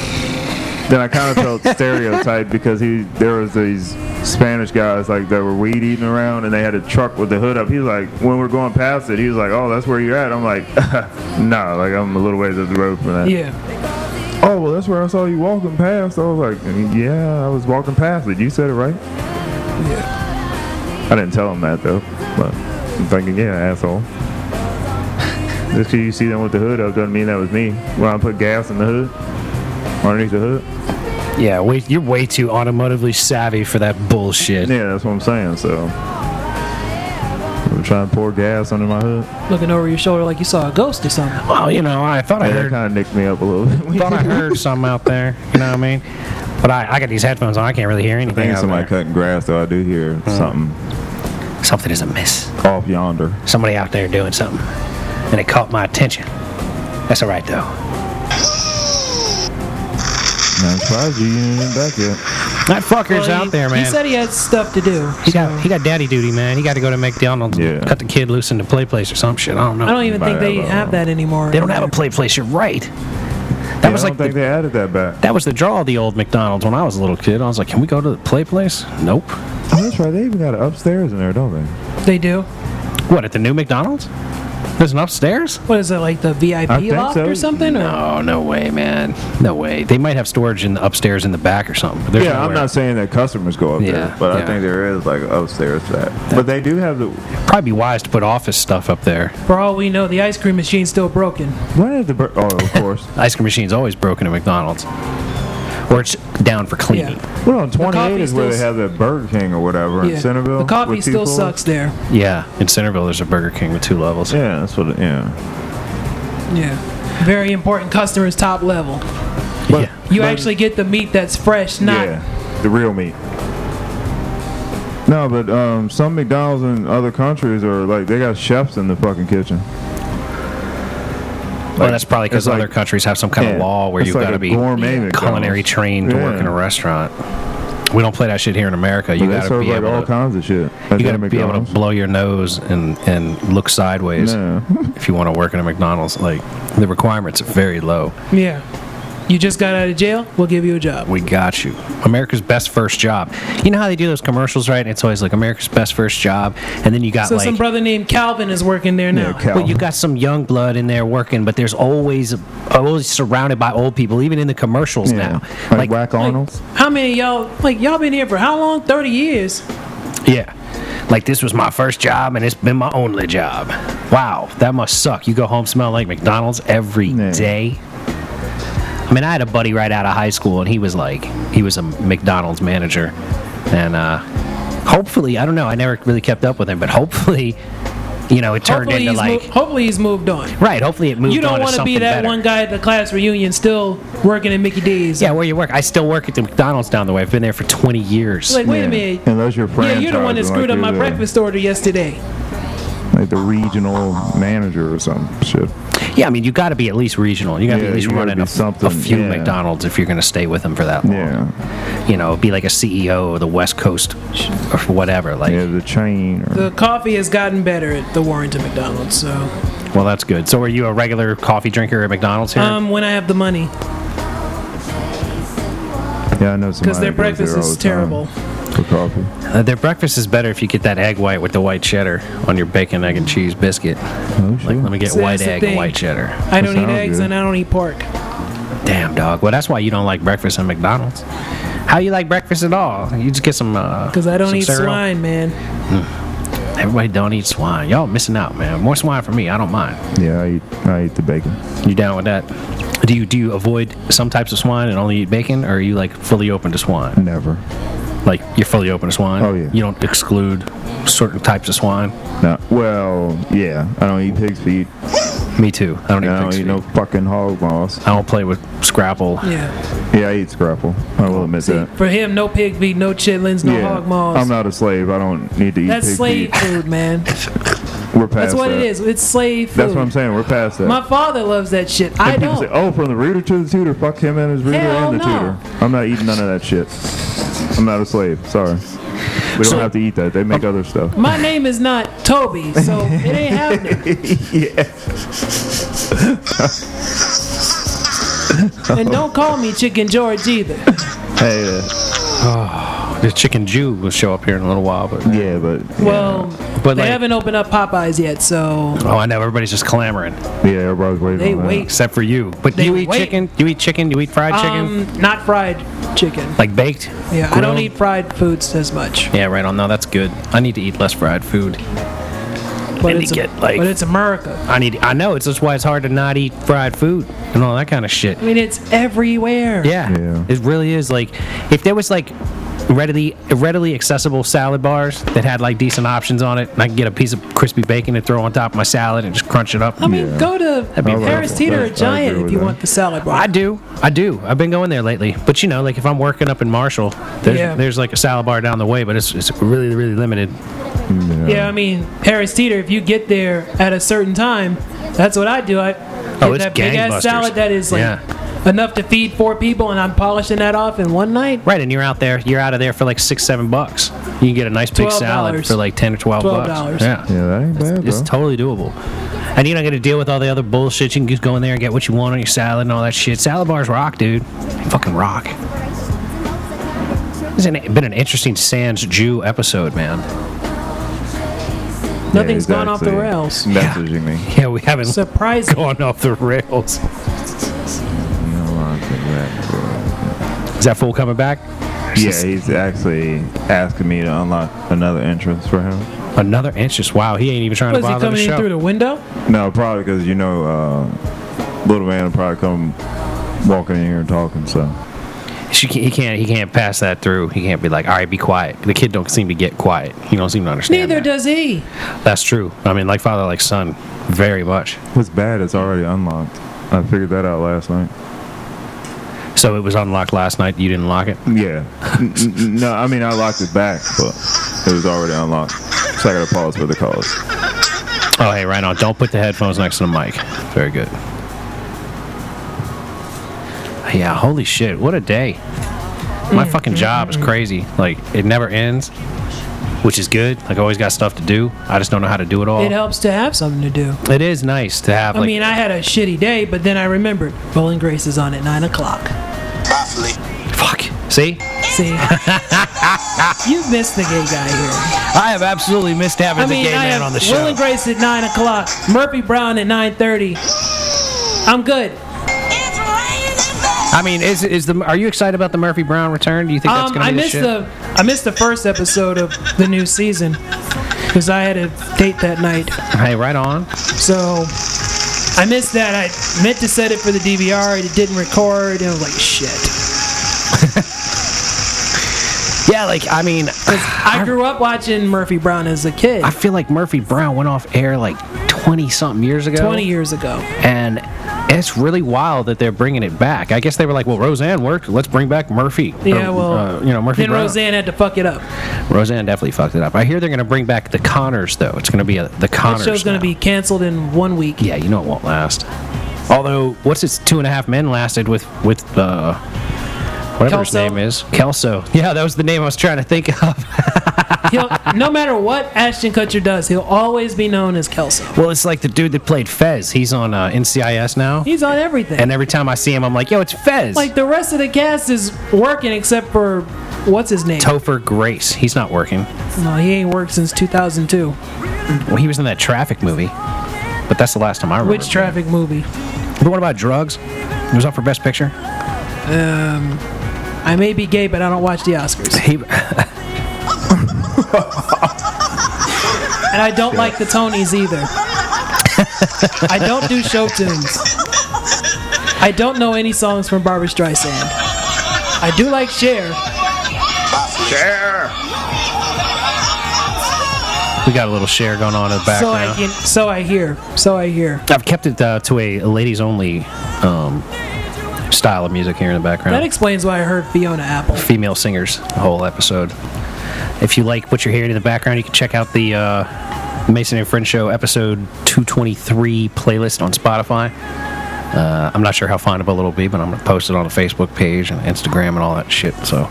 Speaker 3: then I kind of felt stereotyped because he there was these Spanish guys like that were weed eating around, and they had a truck with the hood up. He was like, when we're going past it, he was like, oh, that's where you're at. I'm like, nah, like I'm a little ways up the road from that.
Speaker 2: Yeah.
Speaker 3: Oh well, that's where I saw you walking past. I was like, "Mm, yeah, I was walking past it. You said it right. Yeah. I didn't tell him that though, but I'm thinking, yeah, asshole. Just 'cause you see them with the hood up doesn't mean that was me. When I put gas in the hood, underneath the hood.
Speaker 1: Yeah, wait, you're way too automotively savvy for that bullshit.
Speaker 3: Yeah, that's what I'm saying. So I'm trying to pour gas under my hood.
Speaker 2: Looking over your shoulder like you saw a ghost or something.
Speaker 1: Well, you know, I thought I
Speaker 3: Yeah, that
Speaker 1: heard
Speaker 3: kind of nicked me up a little bit.
Speaker 1: thought I heard something out there. You know what I mean? But I, I got these headphones on. I can't really hear
Speaker 3: I
Speaker 1: anything.
Speaker 3: think
Speaker 1: Out
Speaker 3: somebody
Speaker 1: there.
Speaker 3: cutting grass though. I do hear
Speaker 1: Uh-huh.
Speaker 3: something
Speaker 6: Something is amiss.
Speaker 3: off yonder.
Speaker 1: Somebody out there doing something, and it caught my attention. That's all right though.
Speaker 3: Man, I'm surprised you ain't back yet.
Speaker 1: That fucker's
Speaker 2: Well,
Speaker 1: out
Speaker 2: he-
Speaker 1: there, man.
Speaker 2: He said he had stuff to do.
Speaker 1: He got he got daddy duty, man. He got to go to McDonald's,
Speaker 3: Yeah.
Speaker 1: cut the kid loose into play place or some shit. I don't know.
Speaker 2: I don't even think they
Speaker 3: Might have a-
Speaker 2: have that anymore.
Speaker 1: they don't have a play place. You're right. That
Speaker 3: Yeah,
Speaker 1: was
Speaker 3: I
Speaker 1: like
Speaker 3: don't think
Speaker 1: the,
Speaker 3: they added that back.
Speaker 1: that was the draw of the old McDonald's when I was a little kid. I was like, can we go to the play place? Nope.
Speaker 3: Oh, that's right. They even got it upstairs in there, don't they?
Speaker 2: They do.
Speaker 1: What at the new McDonald's? There's an upstairs.
Speaker 2: What is it like the VIP
Speaker 3: I think
Speaker 2: loft
Speaker 3: so.
Speaker 2: or something? or-
Speaker 1: Oh no way, man! No way. They might have storage in the upstairs in the back or something. But there's
Speaker 3: yeah, I'm
Speaker 1: nowhere.
Speaker 3: not saying that customers go up
Speaker 1: Yeah,
Speaker 3: there, but
Speaker 1: yeah.
Speaker 3: I think there is like upstairs to that. But they do have the.
Speaker 1: Probably be wise to put office stuff up there.
Speaker 2: For all we know, the ice cream machine's still broken.
Speaker 3: When is the? bur- Oh, of course.
Speaker 1: Ice cream machine's always broken at McDonald's, or it's down for cleaning.
Speaker 2: Yeah.
Speaker 3: What on 28
Speaker 2: coffee
Speaker 3: is where they
Speaker 2: still
Speaker 3: have that Burger King or whatever in Centerville.
Speaker 2: the coffee
Speaker 3: with two
Speaker 2: still
Speaker 3: floors?
Speaker 2: sucks there.
Speaker 1: Yeah. in Centerville there's a Burger King with two levels.
Speaker 3: Yeah, that's what. It, yeah.
Speaker 2: Yeah. Very important customers, top level.
Speaker 3: But-
Speaker 1: Yeah.
Speaker 2: You
Speaker 3: but-
Speaker 2: actually get the meat that's fresh, not.
Speaker 3: yeah, the real meat. No, but um, some McDonald's in other countries are like they got chefs in the fucking kitchen.
Speaker 1: well, that's probably because
Speaker 3: it's like-
Speaker 1: other countries have some kind of
Speaker 3: Yeah,
Speaker 1: law where
Speaker 3: it's
Speaker 1: you've
Speaker 3: like
Speaker 1: got to
Speaker 3: a
Speaker 1: be
Speaker 3: gourmet
Speaker 1: culinary
Speaker 3: McDonald's.
Speaker 1: trained to work in a
Speaker 3: Yeah.
Speaker 1: restaurant. We don't play that shit here in America. You
Speaker 3: But they
Speaker 1: got to
Speaker 3: serve
Speaker 1: be
Speaker 3: like all
Speaker 1: able to.
Speaker 3: kinds of shit. at
Speaker 1: You got to
Speaker 3: their
Speaker 1: be able to
Speaker 3: McDonald's.
Speaker 1: blow your nose and, and look sideways
Speaker 3: No.
Speaker 1: if you want to work in a McDonald's. Like the requirements are very low.
Speaker 2: Yeah. You just got out of jail, we'll give you a job.
Speaker 1: We got you. America's best first job. You know how they do those commercials, right? It's always like America's best first job, and then you got
Speaker 2: So
Speaker 1: like
Speaker 2: some brother named Calvin is working there now.
Speaker 3: Yeah, Cal-
Speaker 1: Well, you got some young blood in there working, but there's always always surrounded by old people, even in the commercials
Speaker 3: Yeah.
Speaker 1: now.
Speaker 3: Like, Whack Arnold's.
Speaker 2: how many of y'all like y'all been here for how long? Thirty years.
Speaker 1: yeah, like this was my first job and it's been my only job. Wow, that must suck. You go home smelling like McDonald's every day.
Speaker 3: Yeah.
Speaker 1: I mean, I had a buddy right out of high school, and he was like, he was a McDonald's manager, and uh, hopefully, I don't know, I never really kept up with him, but hopefully, you know, it turned
Speaker 2: Hopefully
Speaker 1: into
Speaker 2: he's,
Speaker 1: like.
Speaker 2: mo- hopefully he's moved on.
Speaker 1: Right, hopefully it moved
Speaker 2: You don't
Speaker 1: on to
Speaker 2: want to
Speaker 1: something
Speaker 2: be that
Speaker 1: better.
Speaker 2: one guy at the class reunion still working at Mickey D's.
Speaker 1: Yeah, where you work. I still work at the McDonald's down the way. I've been there for 20 years.
Speaker 2: Like, wait
Speaker 3: Yeah.
Speaker 2: a minute.
Speaker 3: Unless you're
Speaker 2: Yeah, you're the one that
Speaker 3: franchising,
Speaker 2: screwed up
Speaker 3: like
Speaker 2: my
Speaker 3: you're the-
Speaker 2: breakfast order yesterday.
Speaker 3: like the regional manager or some shit.
Speaker 1: yeah, I mean, you got to be at least regional. You got to
Speaker 3: Yeah,
Speaker 1: be at least
Speaker 3: you gotta
Speaker 1: running
Speaker 3: be
Speaker 1: a, a
Speaker 3: something,
Speaker 1: few
Speaker 3: yeah.
Speaker 1: McDonald's if you're going to stay with them for that long.
Speaker 3: Yeah,
Speaker 1: You know, be like a CEO of the West Coast or whatever. Like,
Speaker 3: yeah, the chain. Or,
Speaker 2: The coffee has gotten better at the Warrington McDonald's. So,
Speaker 1: well, that's good. So, are you a regular coffee drinker at McDonald's here?
Speaker 2: um, when I have the money,
Speaker 3: yeah, I know
Speaker 2: because
Speaker 3: somebody
Speaker 2: their
Speaker 3: that goes there
Speaker 2: breakfast
Speaker 3: all
Speaker 2: is
Speaker 3: the time.
Speaker 2: terrible.
Speaker 3: for coffee.
Speaker 1: Uh, their breakfast is better if you get that egg white with the white cheddar on your bacon, egg, and cheese biscuit.
Speaker 3: Oh, sure.
Speaker 1: Like, let me get
Speaker 2: See,
Speaker 1: white
Speaker 2: that's the
Speaker 1: egg and
Speaker 2: thing.
Speaker 1: white cheddar.
Speaker 2: I don't eat
Speaker 3: sounds
Speaker 2: eggs
Speaker 3: good.
Speaker 2: and I don't eat pork.
Speaker 1: Damn, dog. Well, that's why you don't like breakfast at McDonald's. How you like breakfast at all? You just get some. Because
Speaker 2: Because I don't eat swine, man.
Speaker 1: Everybody don't eat swine. Y'all missing out, man. More swine for me. I don't mind.
Speaker 3: yeah, I eat, I eat the bacon.
Speaker 1: You down with that? Do you do you avoid some types of swine and only eat bacon, or are you like fully open to swine?
Speaker 3: Never.
Speaker 1: Like you're fully open to swine.
Speaker 3: Oh, yeah.
Speaker 1: You don't exclude certain types of swine.
Speaker 3: No. Well, yeah, I don't eat pig's feet.
Speaker 1: Me too. I don't
Speaker 3: I
Speaker 1: eat.
Speaker 3: don't
Speaker 1: pig's
Speaker 3: eat
Speaker 1: feet.
Speaker 3: no fucking hog maws.
Speaker 1: I don't play with Scrapple.
Speaker 2: Yeah.
Speaker 3: Yeah, I eat scrapple. I will admit that.
Speaker 2: For him, no pig feet, no chitlins, no
Speaker 3: yeah,
Speaker 2: hog maws.
Speaker 3: I'm not a slave. I don't need to eat
Speaker 2: That's
Speaker 3: pig
Speaker 2: slave
Speaker 3: feet.
Speaker 2: food, man. That's
Speaker 3: We're past
Speaker 2: what
Speaker 3: that.
Speaker 2: it is. It's slave food.
Speaker 3: That's what I'm saying. We're past that.
Speaker 2: My father loves that shit. I
Speaker 3: And people
Speaker 2: don't.
Speaker 3: say, oh, from the reader to the tutor. Fuck him and his reader
Speaker 2: Hell
Speaker 3: and the
Speaker 2: no.
Speaker 3: tutor. I'm not eating none of that shit. I'm not a slave. Sorry. We don't have to eat that. They make other stuff.
Speaker 2: My name is not Toby, so it ain't happening.
Speaker 3: yeah.
Speaker 2: And don't call me Chicken George either.
Speaker 3: Hey, uh,
Speaker 1: The chicken Jew will show up here in a little while, but
Speaker 3: yeah, but
Speaker 2: Well,
Speaker 1: But
Speaker 2: they
Speaker 1: like-
Speaker 2: haven't opened up Popeyes yet, so
Speaker 1: oh, I know everybody's just clamoring
Speaker 3: yeah, everybody's waiting.
Speaker 2: They
Speaker 3: on that.
Speaker 2: wait.
Speaker 1: except for you. But do
Speaker 2: They
Speaker 1: you eat
Speaker 2: wait.
Speaker 1: chicken? Do you eat chicken? Do you eat fried chicken?
Speaker 2: um, not fried chicken.
Speaker 1: Like baked?
Speaker 2: Yeah, I don't
Speaker 1: Grilled?
Speaker 2: eat fried foods as much,
Speaker 1: Yeah, right on. No, that's good. I need to eat less fried food.
Speaker 2: but
Speaker 1: And they
Speaker 2: it's,
Speaker 1: get, like-
Speaker 2: but it's America.
Speaker 1: I need. I know it's just why it's hard to not eat fried food and all that kind of shit.
Speaker 2: I mean, it's everywhere.
Speaker 1: Yeah,
Speaker 3: Yeah.
Speaker 1: it really is. Like, if there was like readily readily accessible salad bars that had like decent options on it, and I could get a piece of crispy bacon to throw on top of my salad and just crunch it up.
Speaker 2: I mean,
Speaker 3: Yeah.
Speaker 2: go to
Speaker 1: be
Speaker 2: Harris
Speaker 3: wonderful.
Speaker 2: Teeter or
Speaker 3: That's- I agree
Speaker 2: Giant if
Speaker 3: with
Speaker 2: you
Speaker 3: that.
Speaker 2: want the salad bar.
Speaker 1: I do, I do. I've been going there lately, but you know, like if I'm working up in Marshall, there's
Speaker 2: Yeah.
Speaker 1: there's like a salad bar down the way, but it's it's really really limited.
Speaker 2: yeah, I mean, Harris Teeter. If you get there at a certain time, that's what I do. I get
Speaker 1: Oh, it's
Speaker 2: that big
Speaker 1: gangbusters.
Speaker 2: ass salad that is like
Speaker 1: Yeah.
Speaker 2: enough to feed four people, and I'm polishing that off in one night.
Speaker 1: Right, and you're out there, you're out of there for like six seven bucks. You can get a nice big salad
Speaker 2: $12.
Speaker 1: for like ten or twelve,
Speaker 2: $12.
Speaker 1: bucks. Yeah.
Speaker 3: Yeah, that ain't bad, bro.
Speaker 1: It's totally doable. And you're not going to deal with all the other bullshit. You can just go in there and get what you want on your salad and all that shit. Salad bars rock, dude. They fucking rock. It's an, been an interesting Sans Jew episode, man.
Speaker 2: Nothing's gone off the
Speaker 3: exactly.
Speaker 2: rails.
Speaker 3: Messaging me.
Speaker 1: Yeah, we haven't
Speaker 2: Surprising.
Speaker 1: gone off the rails.
Speaker 3: No, I think that-
Speaker 1: Is that fool coming back?
Speaker 3: Yeah, he's actually asking me to unlock another entrance for him.
Speaker 1: Another entrance. Wow, he ain't even trying
Speaker 2: Was
Speaker 1: to
Speaker 2: he
Speaker 1: bother the
Speaker 2: coming in
Speaker 1: show.
Speaker 2: through the window?
Speaker 3: No, probably because you know, uh, little man will probably come walking in here and talking. So
Speaker 1: She can't, he can't. He can't pass that through. He can't be like, all right, be quiet. The kid don't seem to get quiet. He don't seem to understand.
Speaker 2: Neither
Speaker 1: that.
Speaker 2: does he.
Speaker 1: That's true. I mean, like father, like son, very much.
Speaker 3: what's bad is already unlocked. I figured that out last night.
Speaker 1: So it was unlocked last night. You didn't lock it.
Speaker 3: Yeah. N- n- no, I mean I locked it back, but it was already unlocked. So I gotta pause for the calls.
Speaker 1: Oh, hey, right on. Don't put the headphones next to the mic. Very good. Yeah, holy shit. What a day. My
Speaker 2: Mm.
Speaker 1: fucking job is crazy. Like, it never ends, which is good. Like, I always got stuff to do. I just don't know how to do it all.
Speaker 2: It helps to have something to do.
Speaker 1: it is nice to have, Oh. like,
Speaker 2: I mean, I had a shitty day, but then I remembered Bowling Grace is on at 9 o'clock.
Speaker 5: Properly.
Speaker 1: fuck. See?
Speaker 2: See? you missed the gay guy here.
Speaker 1: I have absolutely missed having
Speaker 2: I
Speaker 1: the
Speaker 2: mean,
Speaker 1: gay
Speaker 2: I
Speaker 1: man
Speaker 2: have
Speaker 1: on the
Speaker 2: Will
Speaker 1: show.
Speaker 2: and Grace at 9 o'clock, Murphy Brown at 9.30. I'm good.
Speaker 4: It's raining men.
Speaker 1: I mean, is is the are you excited about the Murphy Brown return? Do you think that's
Speaker 2: Um,
Speaker 1: gonna
Speaker 2: I
Speaker 1: be the
Speaker 2: missed
Speaker 1: shit?
Speaker 2: the I missed the first episode of the new season because I had a date that night.
Speaker 1: Hey, right on.
Speaker 2: So I missed that. I meant to set it for the DVR and it didn't record. And I was like, shit.
Speaker 1: Yeah, like I mean,
Speaker 2: 'Cause I grew up watching Murphy Brown as a kid,
Speaker 1: I feel like Murphy Brown went off air like 20 something years ago.
Speaker 2: 20 years ago.
Speaker 1: And it's really wild that they're bringing it back. I guess they were like, well, Roseanne worked. Let's bring back Murphy.
Speaker 2: Yeah,
Speaker 1: Or,
Speaker 2: well,
Speaker 1: uh, you know, Murphy
Speaker 2: then
Speaker 1: Brown.
Speaker 2: Roseanne had to fuck it up.
Speaker 1: Roseanne definitely fucked it up. I hear they're going to bring back the Connors, though. It's going to be a, the
Speaker 2: That
Speaker 1: Connors.
Speaker 2: show's going to
Speaker 1: now.
Speaker 2: be canceled in one week.
Speaker 1: Yeah, you know it won't last. Although, what's its two and a half men lasted with, with, uh, whatever his
Speaker 2: Kelso?
Speaker 1: name is? Kelso. Yeah, that was the name I was trying to think of.
Speaker 2: He'll, no matter what Ashton Kutcher does, he'll always be known as Kelso.
Speaker 1: well, it's like the dude that played Fez. He's on uh, NCIS now.
Speaker 2: He's on everything.
Speaker 1: and every time I see him, I'm like, yo, it's Fez.
Speaker 2: like the rest of the cast is working except for what's his name?
Speaker 1: Topher Grace. He's not working.
Speaker 2: no, he ain't worked since 2002.
Speaker 1: Well, he was in that traffic movie, but that's the last time I remember.
Speaker 2: Which traffic movie?
Speaker 1: But what about drugs? It was up for Best Picture.
Speaker 2: I may be gay, but I don't watch the Oscars,
Speaker 1: He,
Speaker 2: and I don't like the Tonys either. I don't do show tunes. I don't know any songs from Barbara Streisand. I do like Cher.
Speaker 1: we got a little share going on in the back
Speaker 2: so
Speaker 1: now.
Speaker 2: I can, so I hear, so I hear.
Speaker 1: I've kept it uh, to a ladies only um, style of music here in the background.
Speaker 2: That explains why I heard Fiona Apple.
Speaker 1: female singers the whole episode. If you like what you're hearing in the background, you can check out the uh, Mason and Friend Show episode 223 playlist on Spotify. Uh, I'm not sure how findable it'll be, but I'm going to post it on the Facebook page and Instagram and all that shit. So,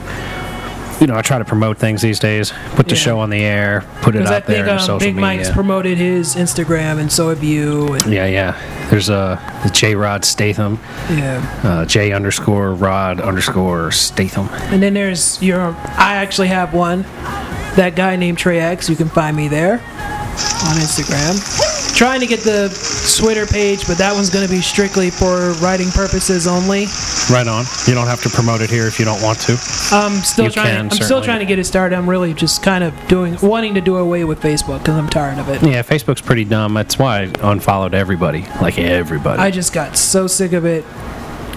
Speaker 1: you know, I try to promote things these days, put the
Speaker 2: Yeah.
Speaker 1: show on the air, put it
Speaker 2: Because I
Speaker 1: out there
Speaker 2: think
Speaker 1: in
Speaker 2: um,
Speaker 1: social
Speaker 2: Big
Speaker 1: media.
Speaker 2: Mike's promoted his Instagram, and so have you. And
Speaker 1: yeah, yeah. There's uh, J Rod Statham,
Speaker 2: yeah.
Speaker 1: uh, J underscore Rod underscore Statham.
Speaker 2: And then there's your. I actually have one. That guy named Trey X. You can find me there on Instagram. Trying to get the Twitter page, but that one's going to be strictly for writing purposes only.
Speaker 1: Right on. You don't have to promote it here if you don't want to.
Speaker 2: I'm still
Speaker 1: You
Speaker 2: trying.
Speaker 1: can,
Speaker 2: I'm still
Speaker 1: certainly.
Speaker 2: trying to get it started. I'm really just kind of doing, wanting to do away with Facebook because I'm tired of it.
Speaker 1: Yeah, Facebook's pretty dumb. That's why I unfollowed everybody. Like everybody.
Speaker 2: I just got so sick of it.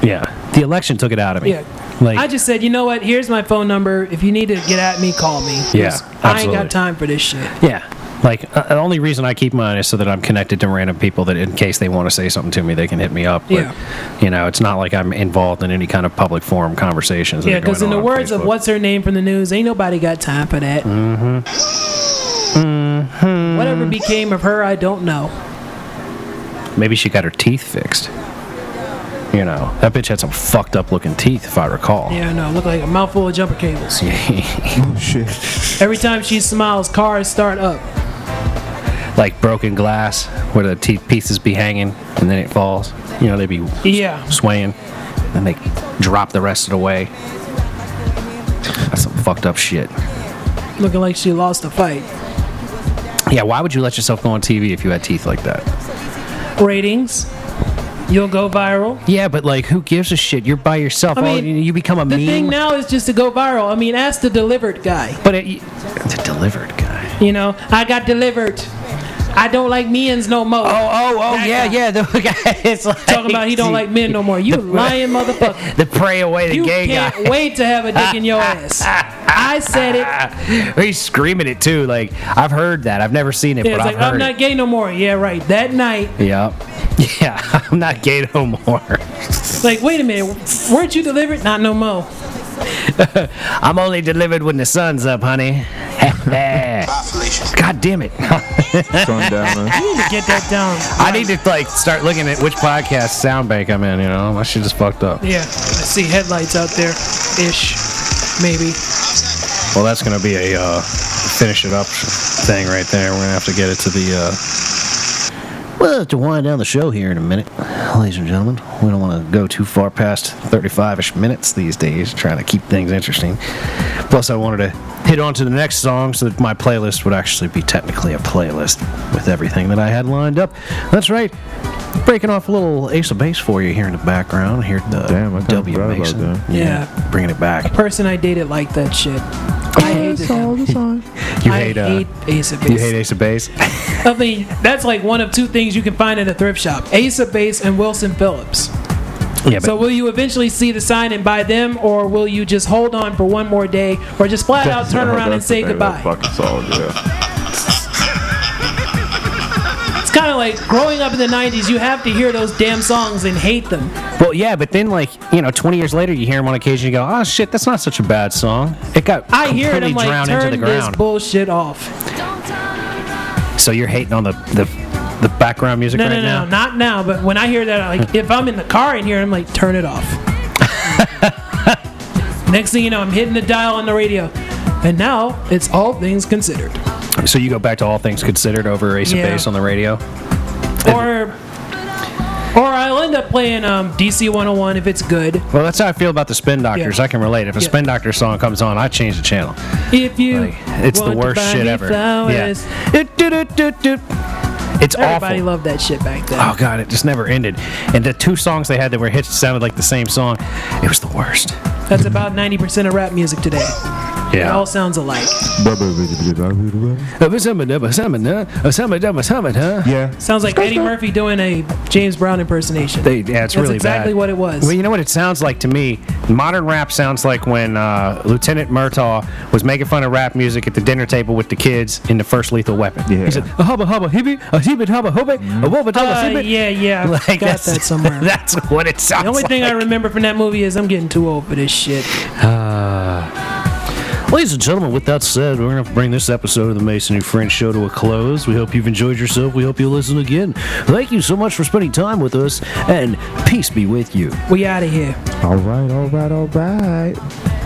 Speaker 1: yeah. The election took it out of me.
Speaker 2: Yeah.
Speaker 1: Like
Speaker 2: I just said, you know what? Here's my phone number. If you need to get at me, call me. 'Cause
Speaker 1: Yeah,
Speaker 2: I ain't
Speaker 1: absolutely.
Speaker 2: got time for this shit.
Speaker 1: Yeah. Like uh, the only reason I keep mine is so that I'm connected to random people that in case they want to say something to me, they can hit me up. But,
Speaker 2: Yeah.
Speaker 1: You know, it's not like I'm involved in any kind of public forum conversations. that
Speaker 2: Yeah,
Speaker 1: are going
Speaker 2: because in
Speaker 1: on
Speaker 2: the
Speaker 1: on
Speaker 2: words of
Speaker 1: Facebook.
Speaker 2: what's her name from the news, ain't nobody got time for that. Mm-hmm.
Speaker 1: Mm-hmm.
Speaker 2: Whatever became of her, I don't know.
Speaker 1: maybe she got her teeth fixed. You know, that bitch had some fucked up looking teeth, if I recall.
Speaker 2: Yeah, no, look like a mouthful of jumper cables.
Speaker 3: Shit.
Speaker 2: Every time she smiles, cars start up.
Speaker 1: like broken glass where the teeth pieces be hanging and then it falls. You know, they be
Speaker 2: Yeah.
Speaker 1: swaying and they drop the rest of the way. That's some fucked up shit.
Speaker 2: Looking like she lost a fight.
Speaker 1: Yeah, why would you let yourself go on TV if you had teeth like that?
Speaker 2: Ratings. You'll go viral.
Speaker 1: Yeah, but like, who gives a shit? You're by yourself.
Speaker 2: I
Speaker 1: All-
Speaker 2: mean,
Speaker 1: you become a
Speaker 2: The
Speaker 1: meme.
Speaker 2: thing now is just to go viral. I mean, ask the delivered guy.
Speaker 1: but it, the delivered guy.
Speaker 2: You know, I got delivered. I don't like men's no more.
Speaker 1: Oh, oh, oh,
Speaker 2: That
Speaker 1: yeah,
Speaker 2: guy.
Speaker 1: yeah. The guy is like
Speaker 2: Talking about he don't like men no more. You lying motherfucker.
Speaker 1: The prey away the
Speaker 2: You
Speaker 1: gay
Speaker 2: can't
Speaker 1: guy.
Speaker 2: wait to have a dick in your ass. I said it.
Speaker 1: He's screaming it too. Like I've heard that. I've never seen it,
Speaker 2: Yeah,
Speaker 1: but
Speaker 2: it's
Speaker 1: I've
Speaker 2: like
Speaker 1: heard
Speaker 2: I'm
Speaker 1: it.
Speaker 2: not gay no more. Yeah, right. That night,
Speaker 1: Yeah. Yeah, I'm not gay no more.
Speaker 2: it's like, wait a minute, weren't you delivered? Not no more.
Speaker 1: I'm only delivered when the sun's up, honey.
Speaker 5: Population.
Speaker 1: God damn it.
Speaker 3: Sundowner.
Speaker 2: You need to get that down.
Speaker 1: I need to like start looking at which podcast sound bank I'm in, you know. My shit is fucked up.
Speaker 2: Yeah, I see headlights out there, ish, maybe.
Speaker 1: Well that's gonna be a uh, finish it up thing right there. We're gonna have to get it to the uh We'll have to wind down the show here in a minute, ladies and gentlemen. We don't want to go too far past 35 ish minutes these days, trying to keep things interesting. Plus, I wanted to hit on to the next song so that my playlist would actually be technically a playlist with everything that I had lined up. That's right, breaking off a little Ace of Base for you here in the background. Here at the
Speaker 3: Damn, I kinda
Speaker 1: W
Speaker 3: forgot about
Speaker 1: Mason.
Speaker 3: that.
Speaker 2: Yeah.
Speaker 1: bringing it back.
Speaker 2: Person I dated liked that shit. I hated them.
Speaker 1: You
Speaker 2: I
Speaker 1: hate, uh,
Speaker 2: hate Ace of Base.
Speaker 1: you hate Ace of Base?
Speaker 2: I mean, that's like one of two things you can find in a thrift shop: Ace of Base and Wilson Phillips.
Speaker 1: yeah, but
Speaker 2: So will you eventually see the sign and buy them, or will you just hold on for one more day, or just flat out turn around and
Speaker 3: That's the
Speaker 2: say
Speaker 3: thing,
Speaker 2: goodbye?
Speaker 3: that Fucking song, yeah.
Speaker 2: It's kind of like growing up in the '90s. You have to hear those damn songs and hate them.
Speaker 1: Well, yeah, but then like you know, 20 years later, you hear him on occasion. You go, "Oh shit, that's not such a bad song." It got
Speaker 2: I
Speaker 1: completely
Speaker 2: hear it. I'm like,
Speaker 1: drowned into the
Speaker 2: turn this
Speaker 1: ground.
Speaker 2: bullshit off.
Speaker 1: so you're hating on the the, the background music
Speaker 2: No,
Speaker 1: right
Speaker 2: no, no,
Speaker 1: now.
Speaker 2: not now. But when I hear that, I'm like if I'm in the car and hear, it, I'm like, turn it off. Next thing you know, I'm hitting the dial on the radio, and now it's all things considered.
Speaker 1: So you go back to all things considered over Ace
Speaker 2: Yeah.
Speaker 1: of Base on the radio.
Speaker 2: or Or I'll end up playing um, DC 101 if it's good.
Speaker 1: Well, that's how I feel about the Spin Doctors.
Speaker 2: Yeah.
Speaker 1: I can relate. If a
Speaker 2: Yeah.
Speaker 1: Spin Doctor song comes on, I change the channel.
Speaker 2: If you
Speaker 1: Like, it's the
Speaker 2: want to
Speaker 1: worst
Speaker 2: buy
Speaker 1: shit
Speaker 2: me
Speaker 1: ever.
Speaker 2: Flowers.
Speaker 1: Yeah. Doot, doot, doot, doot, doot. It's
Speaker 2: Everybody
Speaker 1: awful.
Speaker 2: loved that shit back then.
Speaker 1: Oh god, it just never ended. And the two songs they had that were hits sounded like the same song. It was the worst.
Speaker 2: That's about 90% of rap music today. It all sounds alike.
Speaker 1: Yeah,
Speaker 3: Yeah.
Speaker 2: Sounds like Eddie Murphy doing a James Brown impersonation.
Speaker 1: they, yeah it's
Speaker 2: That's
Speaker 1: really
Speaker 2: exactly
Speaker 1: bad.
Speaker 2: what it was.
Speaker 1: Well, you know what it sounds like to me? Modern rap sounds like when uh, Lieutenant Murtaugh was making fun of rap music at the dinner table with the kids in the first Lethal Weapon.
Speaker 3: Yeah.
Speaker 1: He said, a hubba hubba hippie, a hibbit hubba hubby, a wubba
Speaker 2: Uh,
Speaker 1: dubba hibbit."
Speaker 2: yeah, yeah. I
Speaker 1: Like,
Speaker 2: got
Speaker 1: that's,
Speaker 2: that somewhere.
Speaker 1: that's what it sounds
Speaker 2: the only
Speaker 1: like.
Speaker 2: thing I remember from that movie is I'm getting too old for this shit.
Speaker 1: Uh, Ladies and gentlemen, with that said, we're going to bring this episode of the Masonry French Show to a close. We hope you've enjoyed yourself. We hope you'll listen again. Thank you so much for spending time with us, and peace be with you.
Speaker 2: We out of here.
Speaker 3: All right, all right, all right.